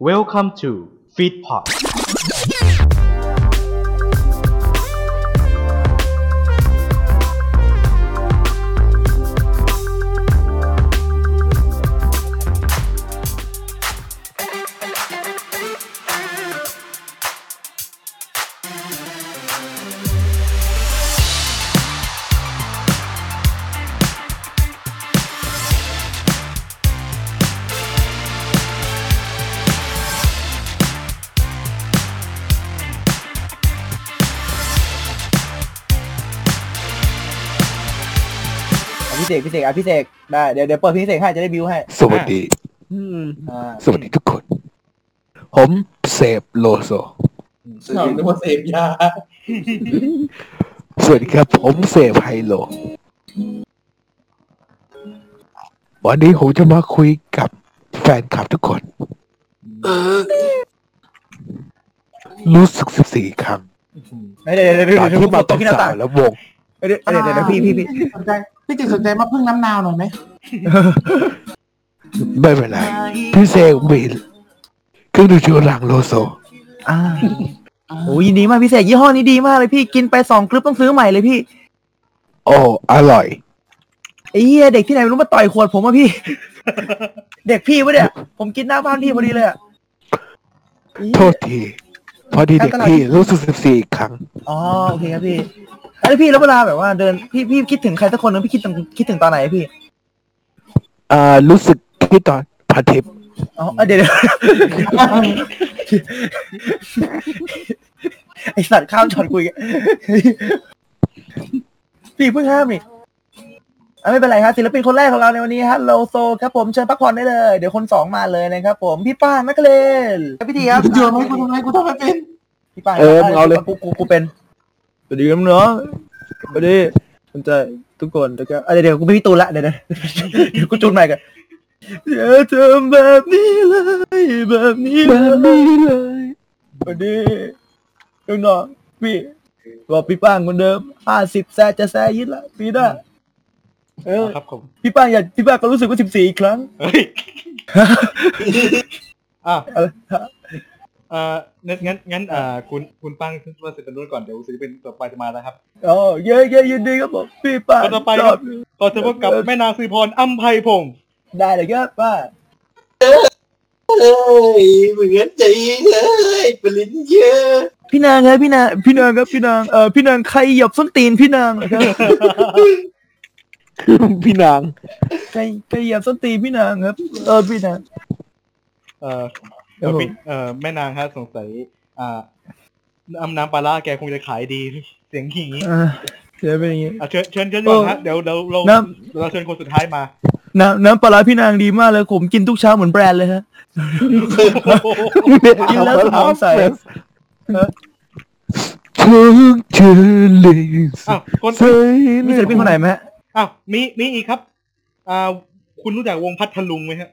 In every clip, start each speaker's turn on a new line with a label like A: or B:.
A: Welcome to Feedpot
B: อ่ะพี่เสกพี่เสกอ่ะพี่เสกได้เดี๋ยวเดี๋ยวเปิดพี่เสกให้จะได้บิวให้
C: สวัสดี
B: อืมอ่า
C: สวัสดีทุกคน ผมเสพโลโซ
B: เสกนึกว่าเสกยา
C: สวัสดีครับ ผมเสพไฮโล วันนี้ผมจะมาคุยกับแฟนคลับทุกคน รู้สึกสิบสี่ครั้ง
B: เดี๋ยวเดี๋ยวเดี๋ยว
C: ตอน
B: เดี๋ยว
C: ที่
B: บอ
C: มา
B: ก
C: ตบ
B: พี่หน้า
C: สา
B: ต่าง
C: วแล้ววง
B: เดี๋ยวเดี๋ยวเดี๋ยวเดี๋ยวพี่พี่พี่
D: สนใจพี่จิตสนใจมาพึ่งน้ำนาวหน่อยไหม
C: ไม่เป็นไร พี่เสกมีเครื่องดื่มชูกำลังโลโซ
B: อ่าโอ้ยยินดีมากพี่เสกยี่ห้อนี้ดีมากเลยพี่กินไปสองกรึ๊บต้องซื้อใหม่เลยพี่
C: โอ้ อร่อย
B: ไอ้เหี้ยเด็กที่ไหนไม่รู้มาต่อยขวดผมอ่ะพี่ เด็กพี่วะเนี่ยผมกินหน้าบ้านพี่พอดีเลยอ่ะ
C: โทษที พอดีเด็กพี่รู้สึกสิบสี่ครั้ง
B: อ๋อโอเคครับพี่แล้วพี่แล้วเวลาแบบว่าเดินพี่พี่คิดถึงใครสักคนนึงพี่คิดถึงคิดถึงตอนไหนพี่
C: อ่า รู้สึกที่ตอนพระอาทิตย์
B: อ๋อเดี๋ยวเดี๋ยวไอสัตว์ข้ามช็อตคุยกันพี่เพิ่งห้ามนี่อ่ะไม่เป็นไรครับศิลปินคนแรกของเราในวันนี้ฮะโลโซครับผมเชิญพักผ่อนได้เลย เดี๋ยวคนสองมาเลยนะครับผม พี่ป้านนักเลนพี่ทีครับ
D: โยนให้กูทำไมกูทำไม่เป็น
B: พี่ป้าน
C: เออมึงเอาเลย
B: กูกูกูเป็นสวัสดีครับเนาะสวัสดีสนใจทุกคนนะครับอ่ะเดี๋ยวเดี๋ยวกูไม่มีตูนละเดี๋ยว เดี๋ยวเดี๋ยวกูจูนใหม่กันอย่าทำแบบนี้เลยแบบนี้เลย
C: แบบนี้เลย
B: สวัสดีลูกน้องพี่บอกพี่ป้างเหมือนเดิมห้าสิบแซะจะแซะยิดละปีหน้าเออ
E: ครับผม
B: พี่ป้างอยากพี่ป้างก็รู้สึกว่าสิบสี่อีกครั้ง
E: เฮ้ย อ่ะ
B: อะไร
E: เอ่องั้นงั้นงั้นอ่าคุณคุณปังขึ้นมาเสร็จเป็นรุ่นก่อนเดี๋ยวศิลปินต่อไปจะมาแล้วครับ
B: อ๋อเย้เย้ยินดีครับผมพี่ป้าง
E: คนต่อไป
B: ช
E: ค
B: อ
E: รั
B: บบ
E: ขอเชิญพบกับแม่นางสิริพรอัมไพพงศ์
B: ได้เลยครับป้า
F: เอ้ยเหมือนใจเลยปริญเยอะ
B: พี่นางครับพี่นางพี่นางครับพี่นางเออพี่นางใครเหยียบส้นตีนพี่นางนะครับ
C: พี่นาง
B: ใครใครเหยียบส้นตีนพี่นางครับ เออพี่นาง
E: เอ่อ
B: ครั
E: เอ่
B: บ
E: อ
B: ผม
E: พี่เอ่อแม่นางครับสงสัยอ่าน้ำน้ำปลาร้าแกคงจะขายดีเสียงหงี
B: อ่าเดี๋ยวเป็นอย่างงี้
E: อ่ะเชิญเชิญเชิญก่อนฮะเดี๋ยวเดี๋ยวเรา
B: น้
E: เราเชิญคนสุดท้าย มา
B: น้ำน้ำปลาร้าพี่นางดีมากเลยผมกินทุกเช้าเหมือนแบรนด์เลยฮะ กินแล้วสมองใส
C: ถึงเจอเลย
E: อ้าวคน
C: ใส่
B: มีศิลปินคนไหนไหมฮะ
E: อ้าวมีมีอีกครับอ่าคุณรู้จักวงพัทลุงไหมฮะ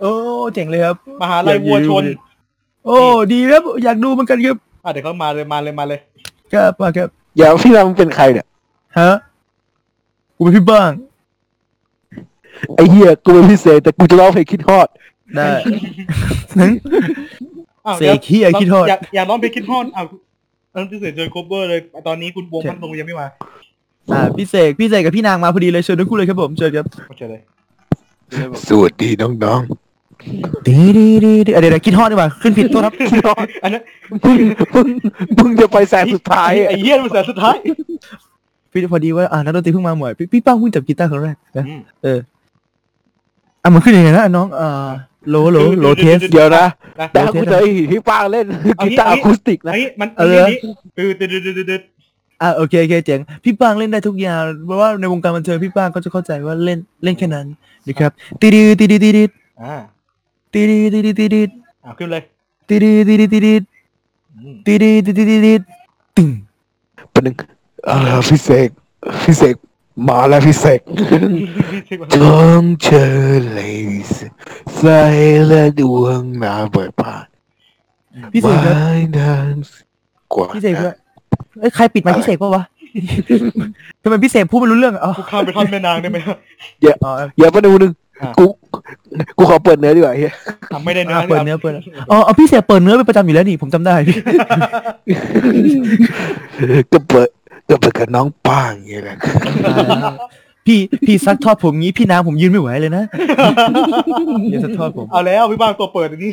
B: โอ้เจ๋งเลยครับ
E: มหาลัยวัวชน
B: โอ้ดีครับอยากดูเหมือนกันครับ
E: อ่ะเดี๋ยวเขามาเลยมาเลยมาเลย
B: ครับมาครับ
C: อย่าพี่นางเป็นใครเนี่ย
B: ฮะกูเป็นพี่บ้าง
C: ไอเหี้ยกูเป็นพิเศษแต่กูจะร้องเพลงคิดฮอด
B: ได้
E: อ้าว
B: เส
E: ดี๋ยว
B: กเหี้ยคิดโทษ
E: อยากอยากร้องเพลงคิดฮอดอ้าวตอนที่เสียเจอโคเวอร์เลย ตอนนี้คุณวง
B: เชิญ
E: พันธงยังไม่มา
B: อ่าพี่เสกพี่เสกกับพี่นางมาพอดีเลยเชิญทั้งคู่เลยครับผมเชิญครับ
E: โอเคเลย
C: สวัสดีน้อง
B: ดีดีดีดีเดี๋ยวเดี๋ยวคิดฮอดดีกว่าขึ้นผิดโทษครับ
E: อันนั้น
C: ๆมึงมึงมึงจะไปแสนสุดท้ายอะ
E: ไอ้เหี้ยมันแสนสุดท้าย
B: พี่พอดีว่าอ่านักดนตรีเพิ่งมาใหม่พี่พี่ป้างเพิ่งจับกีตาร์ครั้งแรกนะ
E: อืม
B: อ่ะมันขึ้นยังไงนะน้องอ่าโหลโหลโหลเทส
C: เดี๋ยวนะ
E: นะ
C: แต่ถ้ากูเจอไอ้หีที่ป้างเล่นกีตาร์อะคูสติกนะ
E: ไอ้มัน
B: เออ
E: ไนี่ตื่นตื่นตื่นตื่น
B: อ่าโอเคโอเคเจ๋งพี่ป้างเล่นได้ทุกอย่างเพราะว่าในวงการบันเทิงพี่ป้างก็จะเข้าใจว่าเล่นเล่นแค่นั้นนะครับตีดีตีดีตีดี
E: อ่า
B: ตีดีตีดีตีดี
E: อ่าขึ้นเลย
B: ติดติดติด
E: อืม
B: ติดติดติดติดตึง
C: ปะหนึงเออพิเศษพิเศษมาแล้วพิเศษ ต้องเจอเลยใส่และดวงหนาเบิดผ่าน
B: พี่เสกครับ
C: ไม่นานกว่า
B: พี่เสกด้วยเอ้ยใครปิดไมค์พี่เสกปะวะ ทำไมพี่เสกพูดไม่รู้เรื่องอ๋อ
E: กูข้ามไปท่อนแม่นางได้ไหม
B: อ๋อ
C: อย่าประเดี๋ยวนึง กูกูขอเปิดเนื้อดีกว่าเฮีย
E: ทำไม่ได้เนื้อ
B: อ่ะเปิดเนื้อเปิดเนื้ออ๋อเอาพี่เสกเปิดเนื้อเป็นประจำอยู่แล้วนี่ผมจำได้ พี่
C: ก็เปิดก็เปิดกับน้องป้างอย่างเงี้ยแหละ
B: พี่พี่ซักทอดผมงี้พี่น้ำผมยืนไม่ไหวเลยนะ อย่าซักทอดผม
E: เอาแล้วพี่บ้างตัวเปิดอันนี้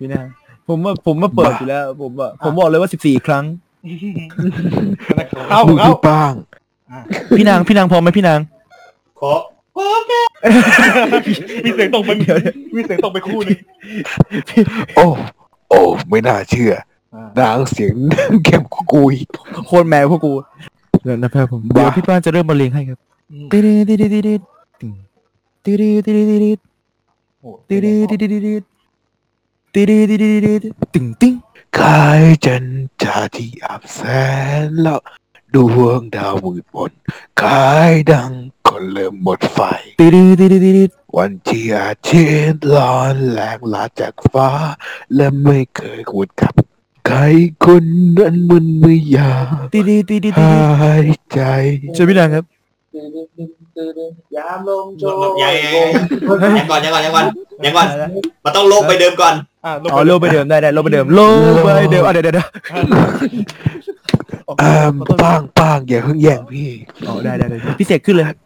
B: พี่น้ำผมว่าผมมาเปิดอยู่แล้ว ผมว่าผมบอกเลยว่าสิบสี่ครั้ง
E: เอา
C: มึง
E: เอา
C: พี่ป้าง
B: พี่นางพี่นางพร้อมไหมพี่นาง
A: ขอ
E: มีเสียงตกไปมีเสียงตกไปคู่หนึง
C: โอ้โอ้ไม่น่าเชื่ออนางเสียง แก้มกว่ากุย
B: โคตรแมวพวกกูเดี๋ยวนะแพรผม
C: บ้า
B: เดี๋ยวพี่ป้านจะเริ่มบรรเลงให้ครับติดิดิดิดิดิติดิดิดิดิ
E: โอ้
B: ติดิดิดิดิดิติดิดิดิดิดิติงติง
C: คายจันจาที่อับแสนแล้วดวงดาวมืดมนคายดังคนเริ่มหมดไฟ
B: ติดิดิดิดิดิ
C: วันที่อาทิตย์ร้อนแรงลาจากฟ้า และไม่เคยหวนกลับ ใครคนนั้นมันไม่อยาก
B: ติดิดิดิ
C: ห
B: ดิ
C: ายใจ
B: เชิญพี่นางครับ
G: ยามลมโช
A: ยัง
G: ย
A: ยังยังก่อนยังก่อนยังก่อนยังก่อนมันต้องโลกไปเดิมก่อน
E: อ่ะลง
B: อ๋อโลกไปเดิมได้ได้โลกไปเดิมโลกไปเดิมอ่ะเดี๋ยวเดี๋ยวเดี๋ยว
C: อ่ามป้างป้างอย่าเพิ่งแย่งพี่
B: อ๋อได้ได้ได้พี่เสกขึ้นเลยครับ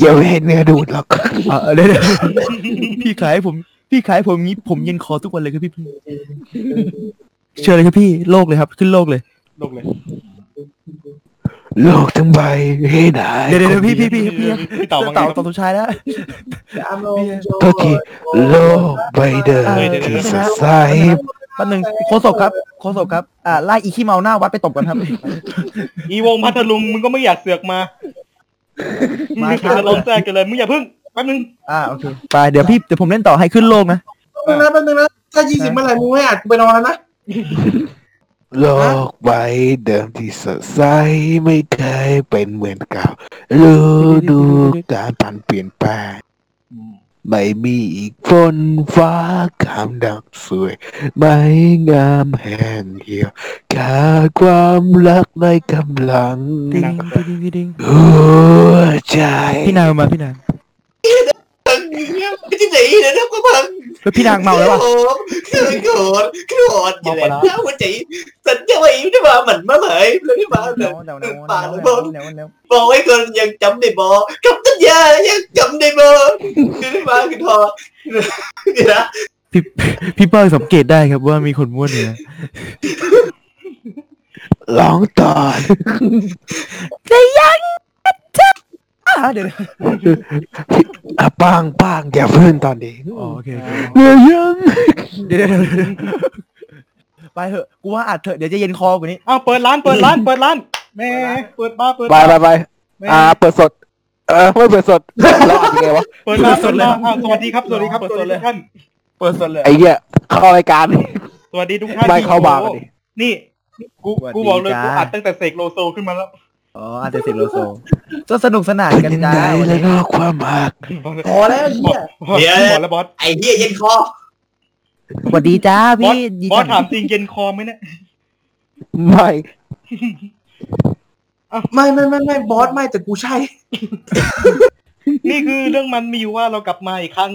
C: อย่าไปให้เนื้อดูดหรอก
B: อ่าเดี๋ยวเดี๋ยวพี่ขายให้ผมพี่ขายให้ผมงี้ผมเย็นคอทุกวันเลยครับพี่เชิญเลยครับพี่โลกเลยครับ ขึ้นโลกเลย
E: ลงเลย
C: โลกทั้งใบให้ไหนาย
B: เดี๋ยวเดี๋ยวเดี๋ยวพี่พี่พี่พี่
E: พี่พี่เต่ามัง
B: เต่า
E: ครั
B: เต่าสมชายแล้ว
G: ยามลมโชย
C: โทษทีโลกใบเดิม
B: เออเดี๋ยว
C: ที่สดใส
B: แป๊บนึงโคศกครับโคศกครับอ่าไล่อีขี้เมาหน้าวัดไปตบกันครับ
E: อีวงพัทลุงมึงก็ไม่อยากเสือกมา
B: มา
E: ไม่
B: ครับ
E: ถึงอารมณ์แทรกกันเลยมึงอย่าพึ่งแป๊บนึง
B: อ่าโอเคไปเดี๋ยวพี่เดี๋ยวผมเล่นต่อให้ขึ้นโลกนะ
G: แป๊บนึงนะแป๊บนึงนะถ้ายี่สิบเมื่อไหร่มึงไม่อาจกูไปนอนแล้วนะ
C: โลกใบเดิมที่สดใสไม่เคยเป็นเหมือนเก่าฤดูการผันเปลี่ยนแปลงไม่มีอีกฝนฟ้าคำดักสวย ไม่งามแห่งเหี่ยวขาดความรักในกำลัง
B: ดิ้งดิ้งดิ้งดิ้ง
C: หัวใจ
B: พี่นางมาพี่นาง
A: ที่ไหนนะเนี่ยก็พัง
B: แล้วพี่นางเมาแล้วอ่ะ
A: โอ้โหคือโกรธคือโกรธอย่างไรนะหัวใจสัญญาไว้ที่มาเหมือนมาเลยแล้วที่มาแบบปากแล้วบอกบอกไว้ก่อนยังจำได้บอกคำสัญญายังจำได้บอกคือที่มาคือทอนี่นะ
B: พี่พี่เปิ้ลสังเกตได้ครับว่ามีคนม้วนเนี่ย
C: ร้องต่อ
B: อ่ะเดี๋ยวนะ
C: อ่ะป้างป้างอย่าเพิ่งตอนนี้
B: อ๋อโอเคโอเค
C: เดี๋ยวยัง
B: เดี๋ยวเดี๋ยวเดี๋ยวเดี๋ยวไปเถอะ กูว่าอัดเถอะ เดี๋ยวจะเย็นคอกว่านี้
E: อ้าวเปิดร้านเปิดร้านเปิดร้านแหม่เปิดบ้าร์เปิด
C: ไปไปไป
E: แหม่
C: อ่าเปิดสด เออไม่เปิดสดแล้วอ่ะเป็นไงวะ
E: เปิดร้าน
B: เปิ
E: เปิ
B: ด
E: ด
B: เลย
E: ร้านอ้าวสวัสดีครับสวัสดีครับสวัสดีทุกท่าน
B: เปิดสดเลย
C: ไอ้เหี้ยเข้ารายการ
E: สวัสดีทุกท่าน
C: ไม่เข้าบาร์
E: โอ้
C: มา
E: โห
C: ดิ
E: นี่กู
B: สวัสดี
E: กูบอกเลยกู
B: จ้า
E: อัดตั้งแต่เสกโลโซขึ้นมาแล้ว
B: อ๋ออาจจะเสร็จโลโซจะสนุกสนานกัน
C: ยังไง
B: ได้
C: และนอกความหาก
G: พอแล้วเฮีย
E: บอสบอสแล้วบอส
A: ไอ้เหี้ยเย็นคอ
B: สวัสดีจ้า
E: บอส
B: พี่ดี
E: บอส
B: จั
E: ถาง มจริงเย็นคอไหมเนี่ย
C: ไม่
G: ไม่ไม่ไม่ไม่บอสไม่แต่กูใช่
E: นี่คือเรื่องมันมีอยู่ว่าเรากลับมาอีกครั้ง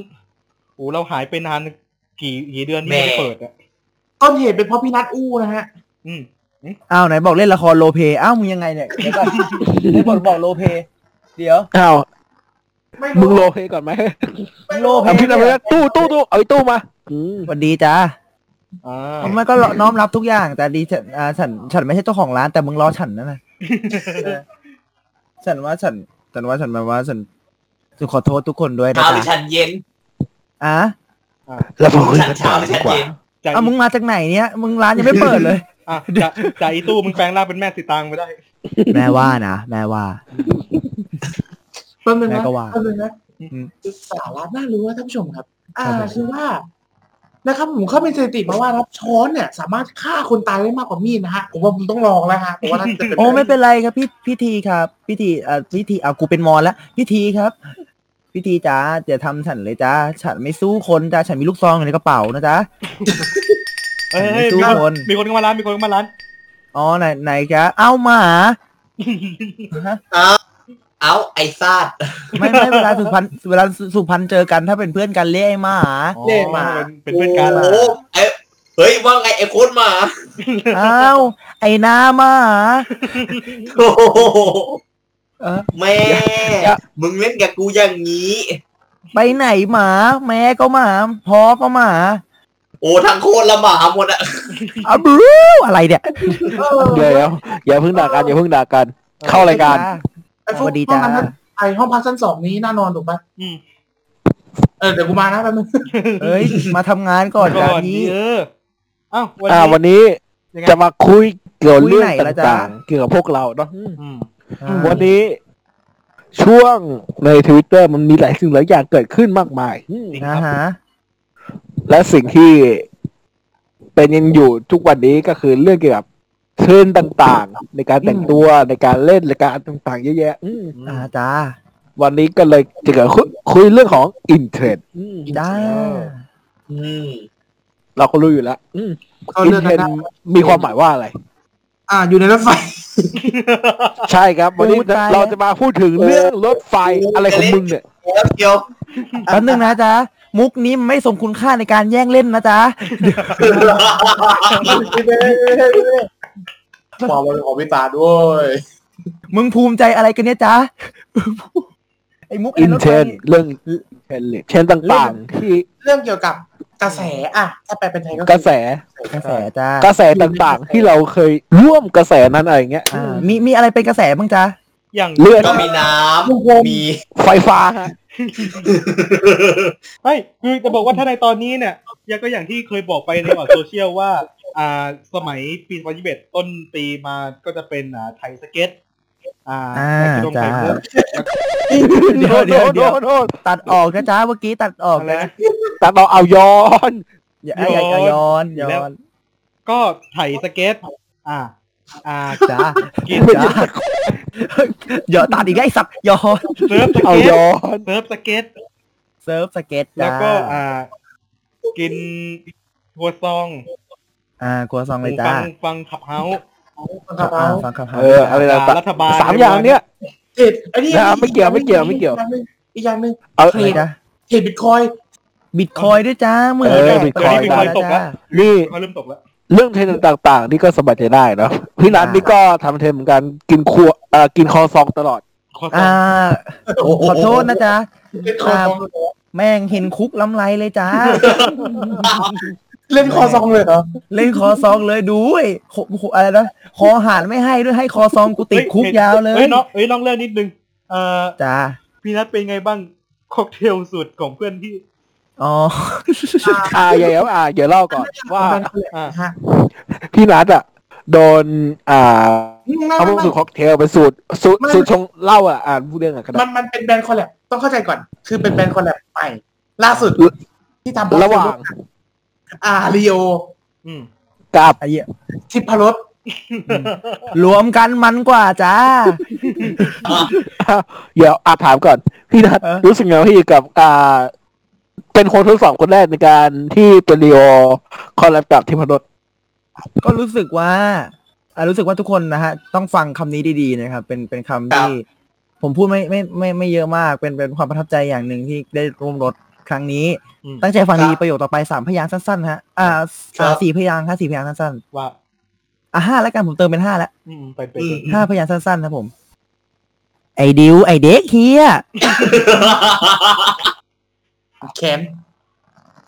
E: โอ้เราหายไปนานกี่กี่เดือนที่ไม่ได้เปิดอ่ะ
G: ต้นเหตุเป็นเพราะพี่นัทอู้นะฮะ
E: อืม
B: อ้าวไหนบอกเล่นละครโลเปอ้าวมึงยังไงเนี่ยเดี๋ยวก่อนไหนบอกบอกโลเปเดี๋ยว
C: อ้าว
G: ไม่
C: มึง
G: รู้
C: โลเพก่อนไหม
G: ไม่รู้
B: โล
C: เอาพี่นำไปแล้วตู้ตู้ตู้เอาไอ้ตู้มาอืม
B: สวัสดีจ้า
E: อ่า
B: มันก็น้อมรับทุกอย่าง แต่ดีฉันอ่าฉันฉันไม่ใช่เจ้าของร้านแต่มึงรอฉันนั่นแหละเออฉันว่าฉันฉันว่าฉันมาว่าฉันขอโทษทุกคนด้วยนะ
A: เช้าหรือ
B: จ๊ะ
A: ชันเย็น
B: อ่ะ
C: แล้วพอคุย
A: ชัน
C: กัน
A: เช้า
C: ต่อ
A: หรือ
C: ดี
A: ชัน
C: กว่า
A: เย็น
E: จ่าย
B: อ่ะมึงมาจากไหนเนี่ย มึงร้านยังไม่เปิดเลย
E: อ่ะจ่าจ่ายอีตู้มึงแปลงร่างเป็นแม่สีตางไปได้
B: แม่ว่านะ แม่ว่า
G: แป๊บนึง
B: แม่
G: นะ
B: ก็ว่า
G: แป๊บนึงนะ
B: อืม
G: สาระน่ารู้ว่าท่านผู้ชมครับ อ่า
B: ครับผม
G: คือว่า นะครับผมเข้าเป็นสถิติมาว่ารับช้อนเนี่ย สามารถฆ่าคนตายได้มากกว่ามีดนะฮะผมว่าผมต้องลองแล้วฮะผมว่าน่าจะเป็น
B: โอ้ไม่เป็นไรครับพี่พี่ทีครับพี่ทีอ่ะพี่ทีอ่ะกูเป็นมอนแล้วพี่ทีครับพี่ทีจ้าอย่าทำฉันเลยจ้าฉันไม่สู้คนจ้าฉันมีลูกซองอยู่ในกระเป๋านะจ๊ะ
E: เอ้ย
B: ไม่
E: เอ้ย
B: สู้
E: มี
B: คน
E: มีคนเข้ามาร้านมีคนเข้ามาร้าน
B: อ๋อไหนไหนจ้าเอ้าหมาฮะ
A: อ้าว เอาไอ้ซาด
B: ไม่ไม่เวลาสุพรรณเวลาสุพรรณเจอกันถ้าเป็นเพื่อนกันเรียกไอ้หมา
G: เล่นมา
E: เป็นเป็นเพื่อนกัน
A: โอ้โหเอ้ยเฮ้ย ว่าไงไอ้โค้ดหมา
B: อ้าวไอ้หน้าหมา
A: โอ้โห
B: เออ
A: แม่
B: อย่า
A: มึงเล่นกับกูอย่างนี้
B: ไปไหนหมา แม่ก็หมาพ่อก็หมา
A: โอ้ทั้งโคตรละหมาหมดอะ
B: อ้าวบรูอะไรเนี่ย
C: เดี๋ยวอย่าเพิ่งด่ากันอย่าเพิ่งด่ากัน เข้ารายการ
G: ไอ้ฟุ
B: ส
G: ก
B: วัสดี
G: ห้อ
B: จ้า
G: งนั้นไอห้องพักชั้นสองนี้น่านอนถูกปะ
E: อืม
G: เออเดี๋ยวกูมานะแป๊บนึง
B: เอ้ยมาทำงานก่อนการนี้
E: เอออ้าววัน
C: อ่า
E: นี้
C: วันนี้
E: ยังไง
C: จะมาคุยเกี่ยวเรื่อง
B: คุยไหนล่ะจ๊ะ
C: ต่างๆ เกี่ยวกับพวกเราเนาะ
E: อืม
B: อ่า
C: วันนี้ ช่วงในทวิตเตอร์มันมีหลายสิ่งหลายอย่างเกิดขึ้นมากมาย
E: จริงค
B: นะ
E: รับ
B: ฮะ
C: และสิ่งที่เป็นยังอยู่ทุกวันนี้ก็คือเรื่องเกี่ยวกับเทรนด์ต่างๆ ในการแต่งตัวในการเล่นในการต่างๆเยอะแยะอืม
E: อืม
B: อ่าจ้า
C: วันนี้ก็เลยจะเกี่ยวกับคุยคุยเรื่องของอินเทรนด์อืม
B: จ้า
A: อืม
C: เราก็รู้อยู่แล้วอืม
G: เข้า
C: อิน
G: เรื่อง
C: เทร
G: กัน
C: น
G: นะ
C: ด์มีความหมายว่าอะไร
G: อ่า อยู่ในรถไฟ
C: ใช่ครับ วันนี้เราจะมาพูดถึงเรื่องรถไฟอะไรของมึงเนี่ย
A: แล้วเดียว
B: แป๊บนึงนะจ้ามุกนี้ไม่สมคุณค่าในการแย่งเล่นนะจ้า
G: ความเป็นของพี่ตาด้วย
B: มึงภูมิใจอะไรกันเนี่ยจ้าไอ้มุกไอ้
C: อิน
B: รถ
C: เท
B: ไฟ
C: นเรื่องเทรนเทรนต่างๆ ที่
G: เรื่องเกี่ยวกับกระแสอ่ะถ้าแปลเป็นไทยก็คือก
C: ระแส
B: กระแสจ้าก
C: ระแสต่างๆ ที่เราเคยร่วมกระแสนั้นอะไรอย่างเงี้ย
B: อ่ามีมีอะไรเป็นกระแสบ้างจ้า
E: อย่าง
C: เรื่อง
A: ก็มีน้
G: วงกลม
A: ำมี
C: ไฟฟ้าฮะ
E: เฮ้ยคือจะบอกว่าถ้าในตอนนี้เนี่ยยังก็อย่างที่เคยบอกไปในอ อนโซเชียลว่า อ่า สมัยปี2021ต้นปีมาก็จะเป็นอ่าไทยสเก็ต อ่า
B: อ่า
E: ไทยสเก็ตลง
B: จ้า
E: ไทยมุก
C: เดี๋ยวเดี๋ยวเดี๋ยว
B: ตัดออกนะจ้าเมื่อกี้ตัดออกนะ
C: แต่เราเอาย้อน
B: อย่าอย่าอย่าย้อนย้อน
E: ก็ไถสเก็ต อ่า อ่า
B: จ้า
E: กิน
B: จ้าอย่าตัดอีกแล้วไอ้สัตว์ย้อน
E: เซิร์ฟส
C: เอา
E: เก็ต
C: ย้อน
E: เซิร์ฟสเก็ต
B: เซิร์ฟสเก็ต
E: แล้
B: จ้าว
E: ก็อ่า กินหัวซอง
B: อ่ากลัวซองเลยจ้า
E: ฟังฟังขับเฮาส์
G: มันกับ
B: อ่า
G: เรา
B: ฟังคำถาม
C: เอออะไร
E: ด่า
C: ต่าง
E: รัฐบาล
C: ๆสามอย่างเนี้ย
G: เอ็ดไอ้นี่
C: นะไม่เกี่ยวไม่เกี่ยวไม่เกี่ยว
G: อีกอย่างหนึ่ง
C: เอา
B: อะไรจ้า
G: เทรดบิตคอยน์
B: บิตคอยด้วยจ้าเหมือน
C: เออ
B: แตก
C: Bitcoin
B: ไปแล้ว
E: ตกแล้ว
B: จ้า
C: นี่
E: เขาเริ่มตกแล้ว
C: เรื่องเทรนด์ต่างๆ นี่ก็สบายใจได้เนาะพี่นัทนี่ก็ทำเทรนด์เหมือนกันกินครัวเอ่อกินคอซองตลอด
E: ขอซอง
B: อ่าขอโทษนะจ้า
G: เล่นคอซอง
B: แม่งเห็นคุกล้ำไรเลยจ้า
G: เล่นคอซองเลยเหรอ
B: เล่นคอซองเลยดูไอ้โหโหอะไรนะคอหานไม่ให้ด้วยให้คอซองกูติดคุกยาวเลย
E: เฮ้ยน้องเอ้ยน้องเลิกนิดนึงเอ่อ
B: จ้า
E: พี่นัทเป็นไงบ้างค็อกเทลสูตรของเพื่อนที่
B: อ๋อ
C: อ่าเดี๋ยวอ่าเดี๋ยวเล่าก่อนว่า
G: แฟนคลับ
E: อ่า
G: ฮะ
C: พี่นัทอ่ะโดนอ่า
G: ไม่
C: เขา
G: ไม่
C: เป็น
G: ไม่
C: สูตรค็อกเทลเป็นสูตรสูตร
G: ไม่
C: สูตรชงเหล้าอ่ะอ่านพูดเรื่องอ่ะก็ได้
G: มันมันเป็นแบรนด์คอลแลบต้องเข้าใจก่อน คือเป็นแบรนด์คอลแลบใหม่ล่าสุด
C: ระ
G: ที่ทำ
C: ระหว่าง
G: อาริโอ
E: อืม
C: กับ
B: ไอ้เหี้ย
G: ทิพรส
B: รวมกันมันกว่าจ้า
C: เดี๋ยวอาถามก่อน พี่นัท
B: เออ
C: รู้สึกไงที่กับอ่าเป็นคนทดสอบคนแรกในการที่เป็นรีโอคอลแลบกับทิพนรส
B: ก็รู้สึกว่าอ่ะรู้สึกว่าทุกคนนะฮะ ต้องฟังคำนี้ดีๆนะครับ เป็นเป็นคำที่ ผมพูดไม่ไม่ไม่ไม่เยอะมาก เป็นเป็นความประทับใจอย่างหนึ่งที่ได้ร่วมรถครั้งนี้
E: อืม
B: ตั้งใจฟังดีประโยคต่อไปสามพยางค์สั้นๆฮะอ่าอ่าสี่พยางค์ฮะสี่พยางค์สั้น
E: ว่า
B: ๆอ่ะห้าแล้วกันผมเติมเป็นห้าแล้ว
E: อืมไปไปไป
A: อืม
B: ห้าพยางค์สั้นๆนะผม ไอดิวไอเด็กเฮีย
G: แขน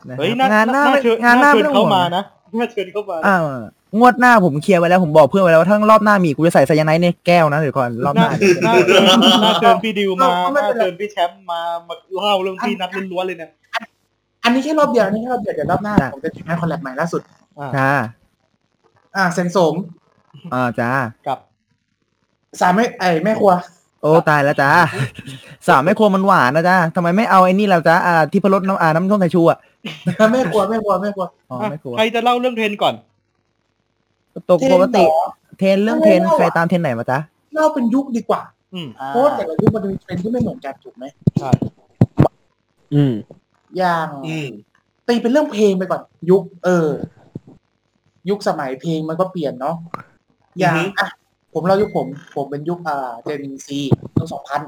B: นะครับ
E: เฮ้ยน่าง
B: านหน้าไม่
E: เชิญ
B: งานหน้า
E: เชิ
B: ไม่
E: ญ
B: ต้องห่
E: เข้า
B: วง
E: มา
B: นะ
E: นะน่าเชิญเข้ามา
B: อ้าวงวดหน้าผมเคลียร์ไว้แล้วผมบอกเพื่อนไว้แล้วว่าถ้ารอบหน้ามีกูจะใส่ไซยาไนด์ในแก้วนะเดี๋ยวก่อนรอบห
E: น่า
B: น้า
E: น่าเชิญน่าเชิญพี่ดิวมา
G: เอาไม่
E: น่า
G: เป็นไร
E: เชิญพี่แชมป์มามาเล่าเรื่องพี่นัทล้วนๆเลยเนี่ย
G: อันนี้แค่รอบเดียวอันนี้แค่รอบเดียวเดี๋ยวรอบหน้า
B: จ้ะ
G: ผมจะทำงานคอลแลบใหม่ล่าสุด
B: จ้า
G: อ่าเซนโสม
B: อ่าจ้า
E: กับ
G: สามแม่ไอ้แม่ครัว
B: โอ้ตายแล้วจ้า สามแม่ครัวมันหวานนะจ้าทำไมไม่เอาไอ้นี่แล้วจ้าอ่าที่พะรดน้ำอ่าน้ำส้มสายชูอ่ะ
G: แม่ครัวแม่ครัวแม่ครัว
B: อ๋อแม่ครัว
E: ใครจะเล่าเรื่องเทรนก่อน
B: ตกปกติ
G: เทรนเหรอ
B: เทรนเรื่องเทรน
G: ไม่เล่าอะ
B: ใครตามเทรนไหนมาจ้า
G: เล่าเป็นยุคดีกว่า
E: อืม
G: เพราะว่าแต่ละยุคมันจะมีเทรนด์ที่ไม่เหมือนกันถูกไหม
E: ใช่
C: อืม
G: อย่าง
A: อืม
G: ตีเป็นเรื่องเพลงไปก่อน ยุค เออ ยุคสมัยเพลงมันก็เปลี่ยนเนาะอย่างอ่ะผมเล่ายุคผม ผมเป็นยุคอ่าเจนซียุคสองพัน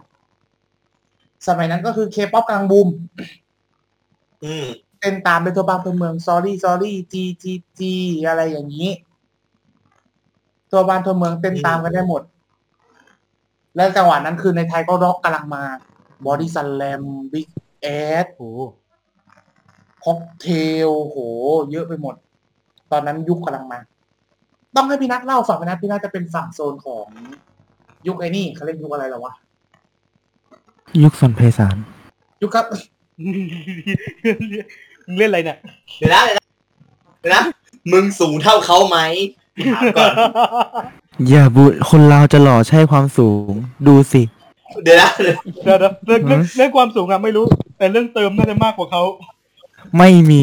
G: สมัยนั้นก็คือเคป๊อปกำลังบูม
A: อืม
G: เต้นตามไปทั่วบ้านทั่วเมือง sorry sorry จีจีจีอะไรอย่างนี้ทั่วบ้านทั่วเมืองเต้นตามกันได้หมด และจังหวะนั้นคือในไทยก็ร็อกกำลังมา บอดี้สแลมบิ๊กแอด
E: โอ้
G: ค็อกเทลโห เยอะไปหมด ตอนนั้นยุคกำลังมา ต้องให้พี่นัทเล่าฝั่งพี่นัทพี่นัทจะเป็นฝั่งโซนของ ยุคไอ้นี่เขาเรียกยุคอะไรเหรอวะ
B: ยุคสันเพสาร
G: ยุคกับ
E: มึงเล่นอะไรเนี่ย
A: เดี๋ยวนะเดี๋ยวนะเดี๋ยวนะ มึงสูงเท่าเขาไหมถามก่อน
B: อย่าบุคนเราจะหล่อใช่ความสูง ดูสิ
A: เดี๋ยวนะเดี๋ยวนะ
E: เดี๋ยวนะเรื่องเรื่องเรื่องความสูงอะไม่รู้ แต่เรื่องเติมน่าจะมากกว่าเขา
B: ไม่มี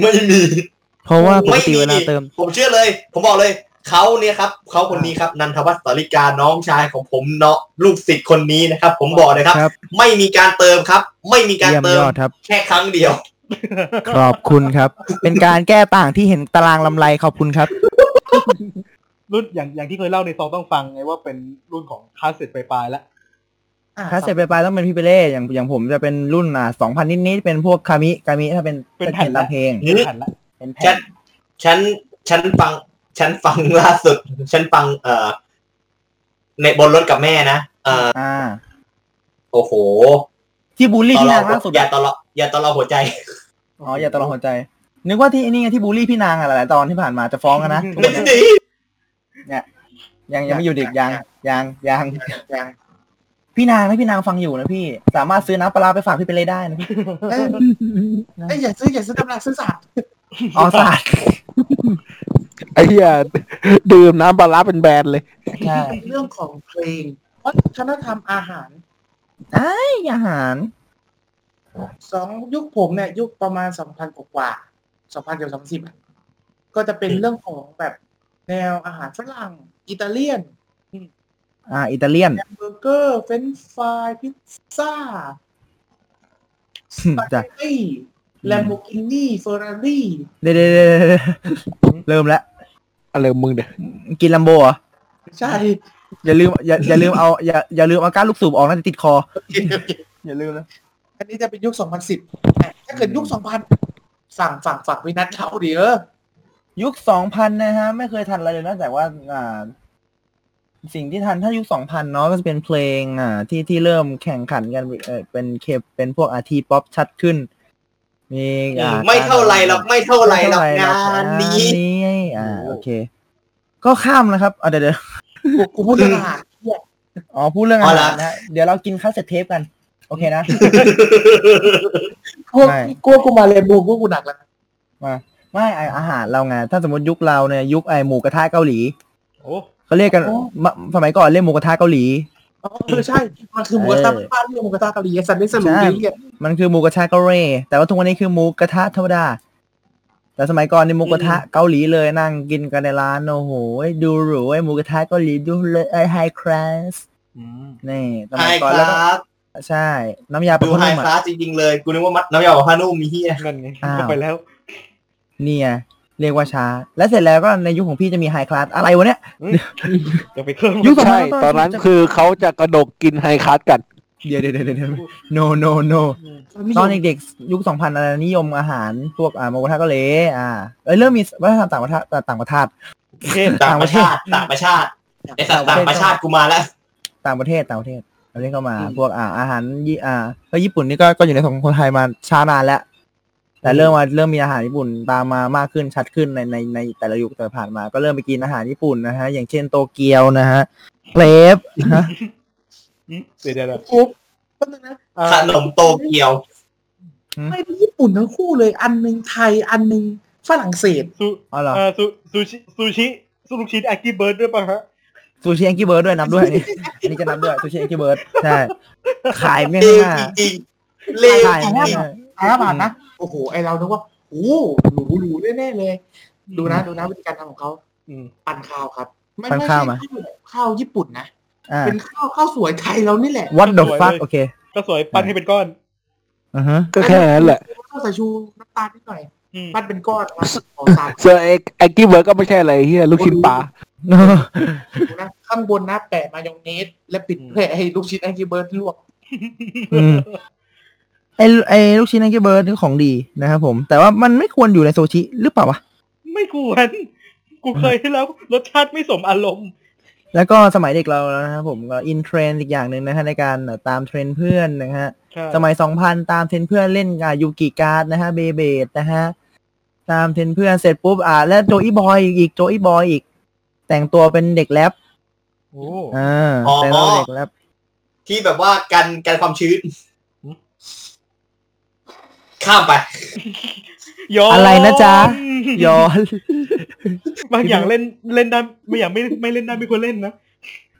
A: ไม่มี
B: เพราะว่าปก
A: ไม่
B: ติ
A: มี
B: เวลาเติม
A: ผมเชื่อเลย ผมบอกเลย เขาเนี่ยครับ เขาคนนี้ครับ นันทวัฒน์สาริกาน้องชายของผมเนาะลูกศิษย์คนนี้นะครับ ผมบอกเลยครับ
B: ครับ
A: ไม่มีการเติมครับ ไม่มีการ
B: เยี่ยม
A: เติ
B: ย
A: ม
B: อดครับ
A: แค่ครั้งเดียว
B: ขอบคุณครับ เป็นการแก้ต่างที่เห็นตารางลำไรขอบคุณครับ
E: รุ่นอย่างอย่างที่เคยเล่าในซองต้องฟังไงว่าเป็นรุ่นของคลาสเสร็จปลายๆแล้ว
B: คลาสเสร็จไปลายๆต้องเป็นพี่เปเล่อย่างอย่างผมจะเป็นรุ่นอ่าสองพันนิดๆเป็นพวกคามิคามิถ้าเป็น
E: เป็น
B: ถ้า
E: แผ่
B: เขียนตามเพล
E: นละ
B: ง
A: อืม
E: หันละ
B: เป็น
A: ฉั
B: แผ่
A: น
B: น
A: ฉัน ฉันฟัง ฉันฟังล่าสุด ฉันฟัง เอ่อ ในบนรถกับแม่นะ เอ่อ
B: อ่า
A: โอ้โห
B: ที่บูลลี่
A: ตลอน
B: พี่าง
A: ด
B: ล่าสุด
A: อย่า
B: อะ
A: ตลอดอย่าตลอดหัวใจ
B: อ๋ออย่าตลอดหัวใจ นึกว่าที่ไอ้นี่ไงที่บูลลี่พี่นางอะหลายๆตอนที่ผ่านมาจะฟ้องกันนะ
A: ไม่ได้
B: ยังยังไม่อยู่ดึกยังยังยัง
G: ยัง
B: พี่นางนะพี่นางฟังอยู่นะพี่ สามารถซื้อน้ำปลาร้าไปฝากพี่เปเล่ได้นะพี่
G: เอ้ยเอ้ยอย่าซื้ออย่าซื้อกำลังซื้อสา
B: อ๋อสาด
H: ไอ้เหี้ยดื่มน้ำปลาร้าเป็นแบรนด์เลย
B: ใช่
G: เรื่องของเพลงวัฒนธรรมอาหาร
B: ไอ้อาหาร
G: สองยุคผมเนี่ย ยุคประมาณสองพันกว่าสองพันเกือบสองสิบก็จะเป็นเรื่องของแบบแนวอาหารฝรั่ง อิตาเลียน
B: อ่า อิตาเลียน
G: แฮมเบอร์เกอร์ เฟรนช์ฟรายพิซซ่าสปาเก
B: จ้ะ
G: ตตี้แลมโบกินี่เฟอร์รารี่
B: เดี๋ยวเดี๋ยวเดี๋ยวเดี๋ยวเริ่มแล้ว
H: อะไรของมึงเนี่ย
B: กินลัมโบเหรอ
G: ใช่
B: อย่าลืมอย่าอย่าลืมเอาอย่าอย่าลืมเอาก้านลูกสูบออกน่าจะติดคอ อย่าลืมนะ
G: อันนี้จะเป็นยุคสองพันสิบถ้าเกิดยุคสองพันสั่งฝั่งฝั่งวินัทเขาดิเออ
B: ยุคสองพันนะฮะ ไม่เคยทันอะไรเลยนอกจากว่า อ่า สิ่งที่ทันถ้ายุคสองพันเนาะก็จะเป็นเพลง อ่า ที่ที่เริ่มแข่งขันกันเออเป็นเคปเป็นพวกอาทีป๊อปชัดขึ้น มีอ่า
A: ไม่เท่าไรหรอก ไม่เท่าไรหรอก
B: ไม่
A: ง
B: เท่ไห
A: านนี้
B: อ่าโอเค ก็ข้ามนะครับอ่ะเดี๋ยวเดี๋ยว
G: กูกูพูดเรื่องอาหาร
B: อ๋อพูดเรื่อง
A: อ๋
B: อา
A: อเหรอ
B: หารนะฮะเดี๋ยวเรากินข้าวเสร็จเทปกัน โอเคนะ
G: พวก
B: ไม่
G: พวกกูมาเลยบูมพวกกูหนักแล้ว
B: ไม่ไอ้อาหารเราไงถ้าสมมติยุคเราเนี่ยยุคไอหมูกระทะเกาหลี
E: โอ้
B: เขาเรียกกัน
G: โอ้
B: มะสมัยก่อนเรียกหมูกระทะเกาหลี
G: อ๋อเออใช่ มันคือหมูกระทะบ้านๆเรียกหมูกระทะเกาหลีไอ้สันได้สรุปดีเนี่ย
B: มันคือหมูกระทะเกาหลีแต่ว่าทุกวันนี้คือหมูกระทะธรรมดา แต่สมัยก่อนนี่หมูกระทะเกาหลีเลยนั่งกินกันในร้านโอ้โหดูหรูไอ้หมูกระทะเกาหลีดูเลยไอ้ไฮคลาส
E: อืม
B: นี่ส
A: ไฮ
B: มัยก่อน
A: ค
B: แล้ว
A: ลา
B: ก็
A: ส
B: ใช่ น้ำยาปลา
A: ดู
B: พ
A: ไฮ
B: นุ่ม
A: คลา
B: อ่ะ
A: สจริงๆเลยกูนึกว่ามัดน้ำยาของผ้านุ่มมีเฮีย
E: นั่นไง
B: อ้าว
E: เข้าไปแล้ว
B: เนี่ย เรียกว่าช้า และเสร็จแล้วก็ในยุคของพี่จะมีไฮคลาสอะไรวะเนี่ย
E: จะไปเครื่อง
B: ยุคสอง
H: ใช่
B: พัน
H: ตอนนั้นคือเขาจะกระดกกินไฮคัสกัน
B: เดี๋ยวเดี๋ยวเดี๋ยวเดี๋ยว no no no ตอนเด็กๆยุคสองพันอะไรนิยมอาหารพวกอ่าหมูกระทะเกาหลีอ่าเอ้ยเริ่มมีวัฒนธรรมต่างประเทศต่างประเทศ
E: เทศ
A: ต่างประชาติ ต่างประชาติไอ้สัตว์ต่างประชาติกูมาแล้ว
B: ต่างประเทศต่างประเทศเราเล่นเข้ามา พวกอ่าอาหารญี่อ่าก็ญี่ปุ่นนี่ก็ก็อยู่ในสังคมคนไทยมาช้านานแล้วแต่เริ่มมาเริ่มมีอาหารญี่ปุ่นตามมามากขึ้นชัดขึ้นในในในแต่ละยุคแต่ละผ่านมา ก็เริ่มไปกินอาหารญี่ปุ่นนะฮะ อย่างเช่นโตเกียวนะฮะเครปนะฮะ
E: อืมเดี๋ยวเดี๋ยวเดี๋ยว
G: ปุ๊บก็นึงนะ
E: อ่า
A: ขนมโตเกียว
G: ไม่ได้ญี่ปุ่นทั้งคู่เลย อันหนึ่งไทย อันหนึ่งฝรั่งเศส
E: ซู
B: อ๋อเหรอ
E: อ่าซูซูชิซูชิซูลูกชิ้นอากิเบิร์ดด้วยป่ะฮะ
B: ซูชิแองกี้เบิร์ดด้วยนับด้วยอันนี้อันนี้จะนับด้วยซูชิแองกี้เบิร์ดใช่ขายไม่
A: เลว
B: น่า
A: จริงๆเลว
B: ขาย
A: จริ
B: ไม่
A: ง
B: น่า
G: อาบาทนะ โอ้โห ไอเรานึกว่า โอ้หรูหรูแน่ๆเลย ดูนะ ดูนะวิธีการทำของเขา
E: อืม
G: ปั่นข้าวครับ
B: ปันข้าวมา
G: ไใช่ข้าวญี่ปุ่นนะ
B: อ่า
G: เป็นข้าวข้าวสวยไทยเรานี่แหละ
B: what the fuck โอเค
E: ก็สวยปั้นให้เป็นก้อน
B: อือฮะ
H: ก็แค่นั้นแหละ
G: ข้าวใส่ชูน้ำตาลนิดหน่อย
E: อืม
G: ปั้นเป็นก้อนมาเอาตาม
H: เซอร์เอ็กแองกี้เบิร์ดก็ไม่ใช่อะไรเฮียลูกชิ้นปลา
G: นะข้างบนนะแปะมายองเนส และปิดแผลให้ลูกชิ้นแองกี้เบิร์ดลวก
B: อืมไอไอลูกชิ้นแองกี้เบิร์ดนี่ของดีนะครับผม แต่ว่ามันไม่ควรอยู่ในโซชิหรือเปล่าวะ
E: ไม่ควรกูเคยแล้วรสชาติไม่สมอารมณ์
B: แล้วก็สมัยเด็กเราแล้วนะครับผมก็อินเทรนด์อีกอย่างหนึ่งนะฮะในการเอ่อตามเทรนด์เพื่อนนะฮะ สมัย 2000 ตามเทรนด์เพื่อนเล่นกับยูกิการ์ดนะฮะเบเบดนะฮะ ตามเทรนด์เพื่อนเสร็จปุ๊บอ่า แล้วโจอีบอยอีกโจอีบอยอีก แต่งตัวเป็นเด็กแรป
E: โอ้
B: อ่าแต่งตัวเป็นเด็กแรป
A: ที่แบบว่ากันกันความชื้น ข้ามไป
E: ย้อน
B: อะไรนะจ๊ะย้อน
E: บางอย่างเล่นเล่นได้บางอย่างไม่ไม่เล่นได้ไม่ควรเล่นนะ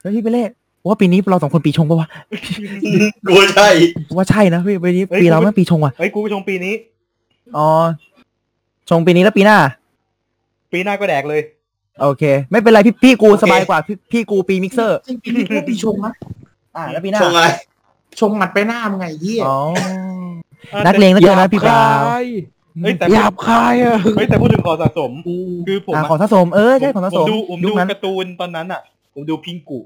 B: แล้วพี่ไปเล่นว่าปีนี้เราสองคนปีชงปะวะ
A: กลัวใช่
B: ว่าใช่นะพี่ปีนี้
E: เฮ้ย
B: ปีเรา
E: ผม
B: ไม่ปีชงว่ะ
E: เฮ้ยกูชงปีนี้
B: อ๋อชงปีนี้แล้วปีหน้า
E: ปีหน้าก็แดกเลย
B: โอเค ไม่เป็นไรพี่พี่กู
A: โอเค
B: สบายกว่าพี่พี่กูปีมิกเซอร์
G: จริงปีนี้กูปีชงนะ
B: อ่าแล้วปีหน้า
A: ชงอะไร
G: ชงหมัดไปหน้ามึงไงไอ้เหี้ย
B: อ๋อนักเลงนัก
H: ห
B: เกิน
H: ยา
B: นะ
H: บ
B: พี่
H: ค
B: บ่า
H: าว ย
E: เฮ้ยแต่
H: หยาบคายอ่ะ
E: เฮ้ยแต่พูดถึงของสะสม คือผม
B: อ่า
E: อะ
B: ของสะสมเออใช่ของสะสม
E: ผมดูผม
B: ยุ
E: ดู
B: คนั้น
E: การ์ตูนตอนนั้นอ่ะ ผมดูพิงกู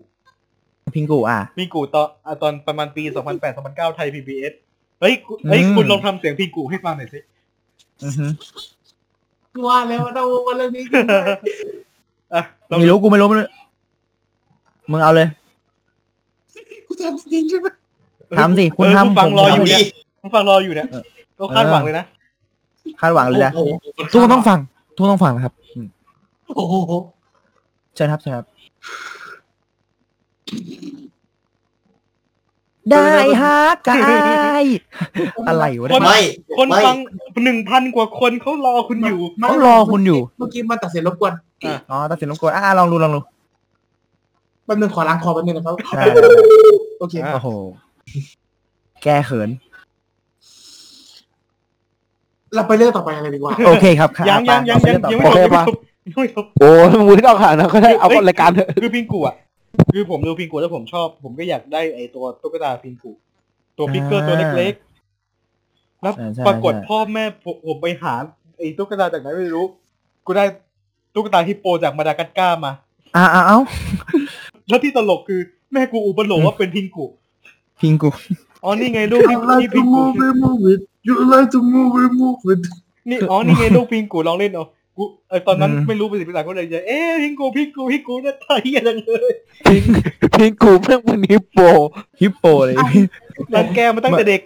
B: พิงกูอ่ะ
E: พิงกูตอนอ่ะตอนประมาณปี 2008 2009 ไทย PBS เฮ้ยกูเฮ้ย
B: อืม
E: คุณลองทำเสียงพิงกูให้ฟังหน่อยสิ
B: อือฮึ
G: กูว่าแล้วว่าเราว่าเรื่องนี้
E: อ่ะลอง
B: ไม่รู้กูไม่รู้มึงมึงเอาเลย
G: กูทำจริงใช่ไหม
B: ถามสิคุณ
E: เออ
B: ทำ
E: ผู้ฟัง
B: ผม
E: รออ
B: ทำ
E: ยู่
B: ดิ
E: เนี่ยผู้ฟังรออยู่เนี่ยก็คาดหวังเลยนะ
B: คาดหวังเลยนะ
G: โอ้โห
B: ทุกคนต้องฟังทุกคนต้องฟังนะครับอืม
G: โอ้โห
B: เชิญครับเชิญครับ ได้ฮะกายอะไรวะเนี่ย
E: น
A: ไม่
E: คน
A: ไม่
E: ฟังหนึ่งพันกว่าคนเขารอคุณอยู่
B: เขารอคุณอยู่
G: เมื่อกี้มันตัดเสียงรบกวน
B: อ๋อตัดสินรบกวนอ่าลองดูลองดู
G: แป๊บนึงขอล้างคอแป๊บนึงนะครับ
B: ได้
G: โอเค
B: โอ้โห แก้เขิน
G: เราไปเรื่องต่อไปอะไรดีกว่า
B: โอเคครับค่ะ
E: ยังยังยัง
B: ไป
E: ยัง
B: ต่อ
E: ยัง
B: โอ
E: ไม่
B: เค
E: จบ
H: ปะ
E: ยังไม่จบ
H: โอ้ยมึงไม่ต้องหานะก็ได้เอา
E: เฮ้ย
H: รายการเถอะ
E: คือพิงกูอ่ะ คือผมดูพิงกูแล้วผมชอบ ผมก็อยากได้ไอ้ตัวตุ๊กตาพิงกู ตัวพิกเกอร์ตัวเล็กๆ แล้ว
B: ใช่ใช่
E: ปรากฏ
B: ใช่
E: พ่อแม่ผมผมไปหาไอ้ตุ๊กตาจากไหนไม่รู้ กูได้ตุ๊กตาฮิปโปจากมาดากัสการ์มา
B: อ่าอ่าเอ้า
E: แล้วที่ตลกคือแม่กูอุปโลกว่าเป็นพิงกู
B: พิงกู
E: อ๋อนี่ไงลูกนี่นี่พิงกู
G: มูฟวิดยูไลท์ทูมูฟวิดมูฟวิด
E: นี่อ๋อนี่ไงลูกพิงกูลองเล่นเอากูเออตอนนั้น
B: อืม
E: ไม่รู้ภาษาภาษาก็เลยจะเอ๊ะพิงกูพิงกูพิงกูเนี่ยไทยจังเลย
H: พิงพิงกูเพิ่งเป็นฮิปโป
B: ฮิปโปเลย
E: รังแกมาตั้งแต่เด็ก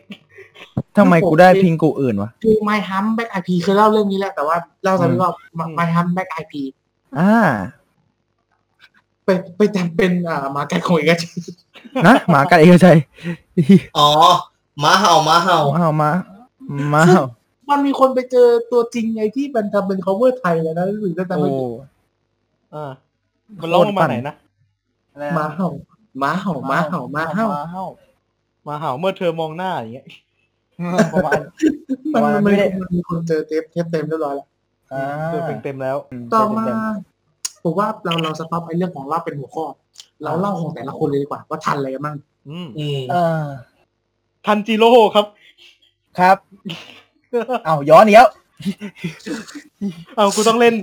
B: ทำไมกูได้พิงกูอื่นวะ
G: คือ My Hump Back IP เคยเล่าเรื่องนี้แล้วแต่ว่าเล่าซ้ำรอบ My Hump Back IP
B: อ่า
G: ไปไปจำเป็นอ่าหมาไก่ของเอกชัย
B: นะหมากัดเอกชัย
A: อ๋อหมาเห่าหมาเห่า
B: เอามามา
G: มันมีคนไปเจอตัวจริงไงที่มันทำเป็น cover ไทยแล้วนะหรือจะจำ
B: โอ้
G: ไม่
E: อ่ามันร้องประมาณไหนนะ
G: หมาเห่าหมาเห่าหมาเห่าหมาเห่า
E: เห่ามาเห่าเมื่อเธอมองหน้าอย่าง เงี้ย
B: ประมาณ
G: มันมัน
B: ไม่
G: มัน
B: ได้
G: มันมีคนเจอเทปเทปเต็มเรียบร้อยแล้ว
B: อ่า
E: เออเต็มๆแล้ว
G: ต่อมาผมว่าเราเราสต็อปไอ้เรื่องของเล่าเป็นหัวข้อ เราเล่าของแต่ละคนเลยดีกว่าว่าทันอะไรกันบ้าง
E: อืม
A: อืม
B: อ่า
E: ทันจิโร่ครับ
B: ครับ เอาย้อนอีกแล้ว
E: เอากูต้องเล่น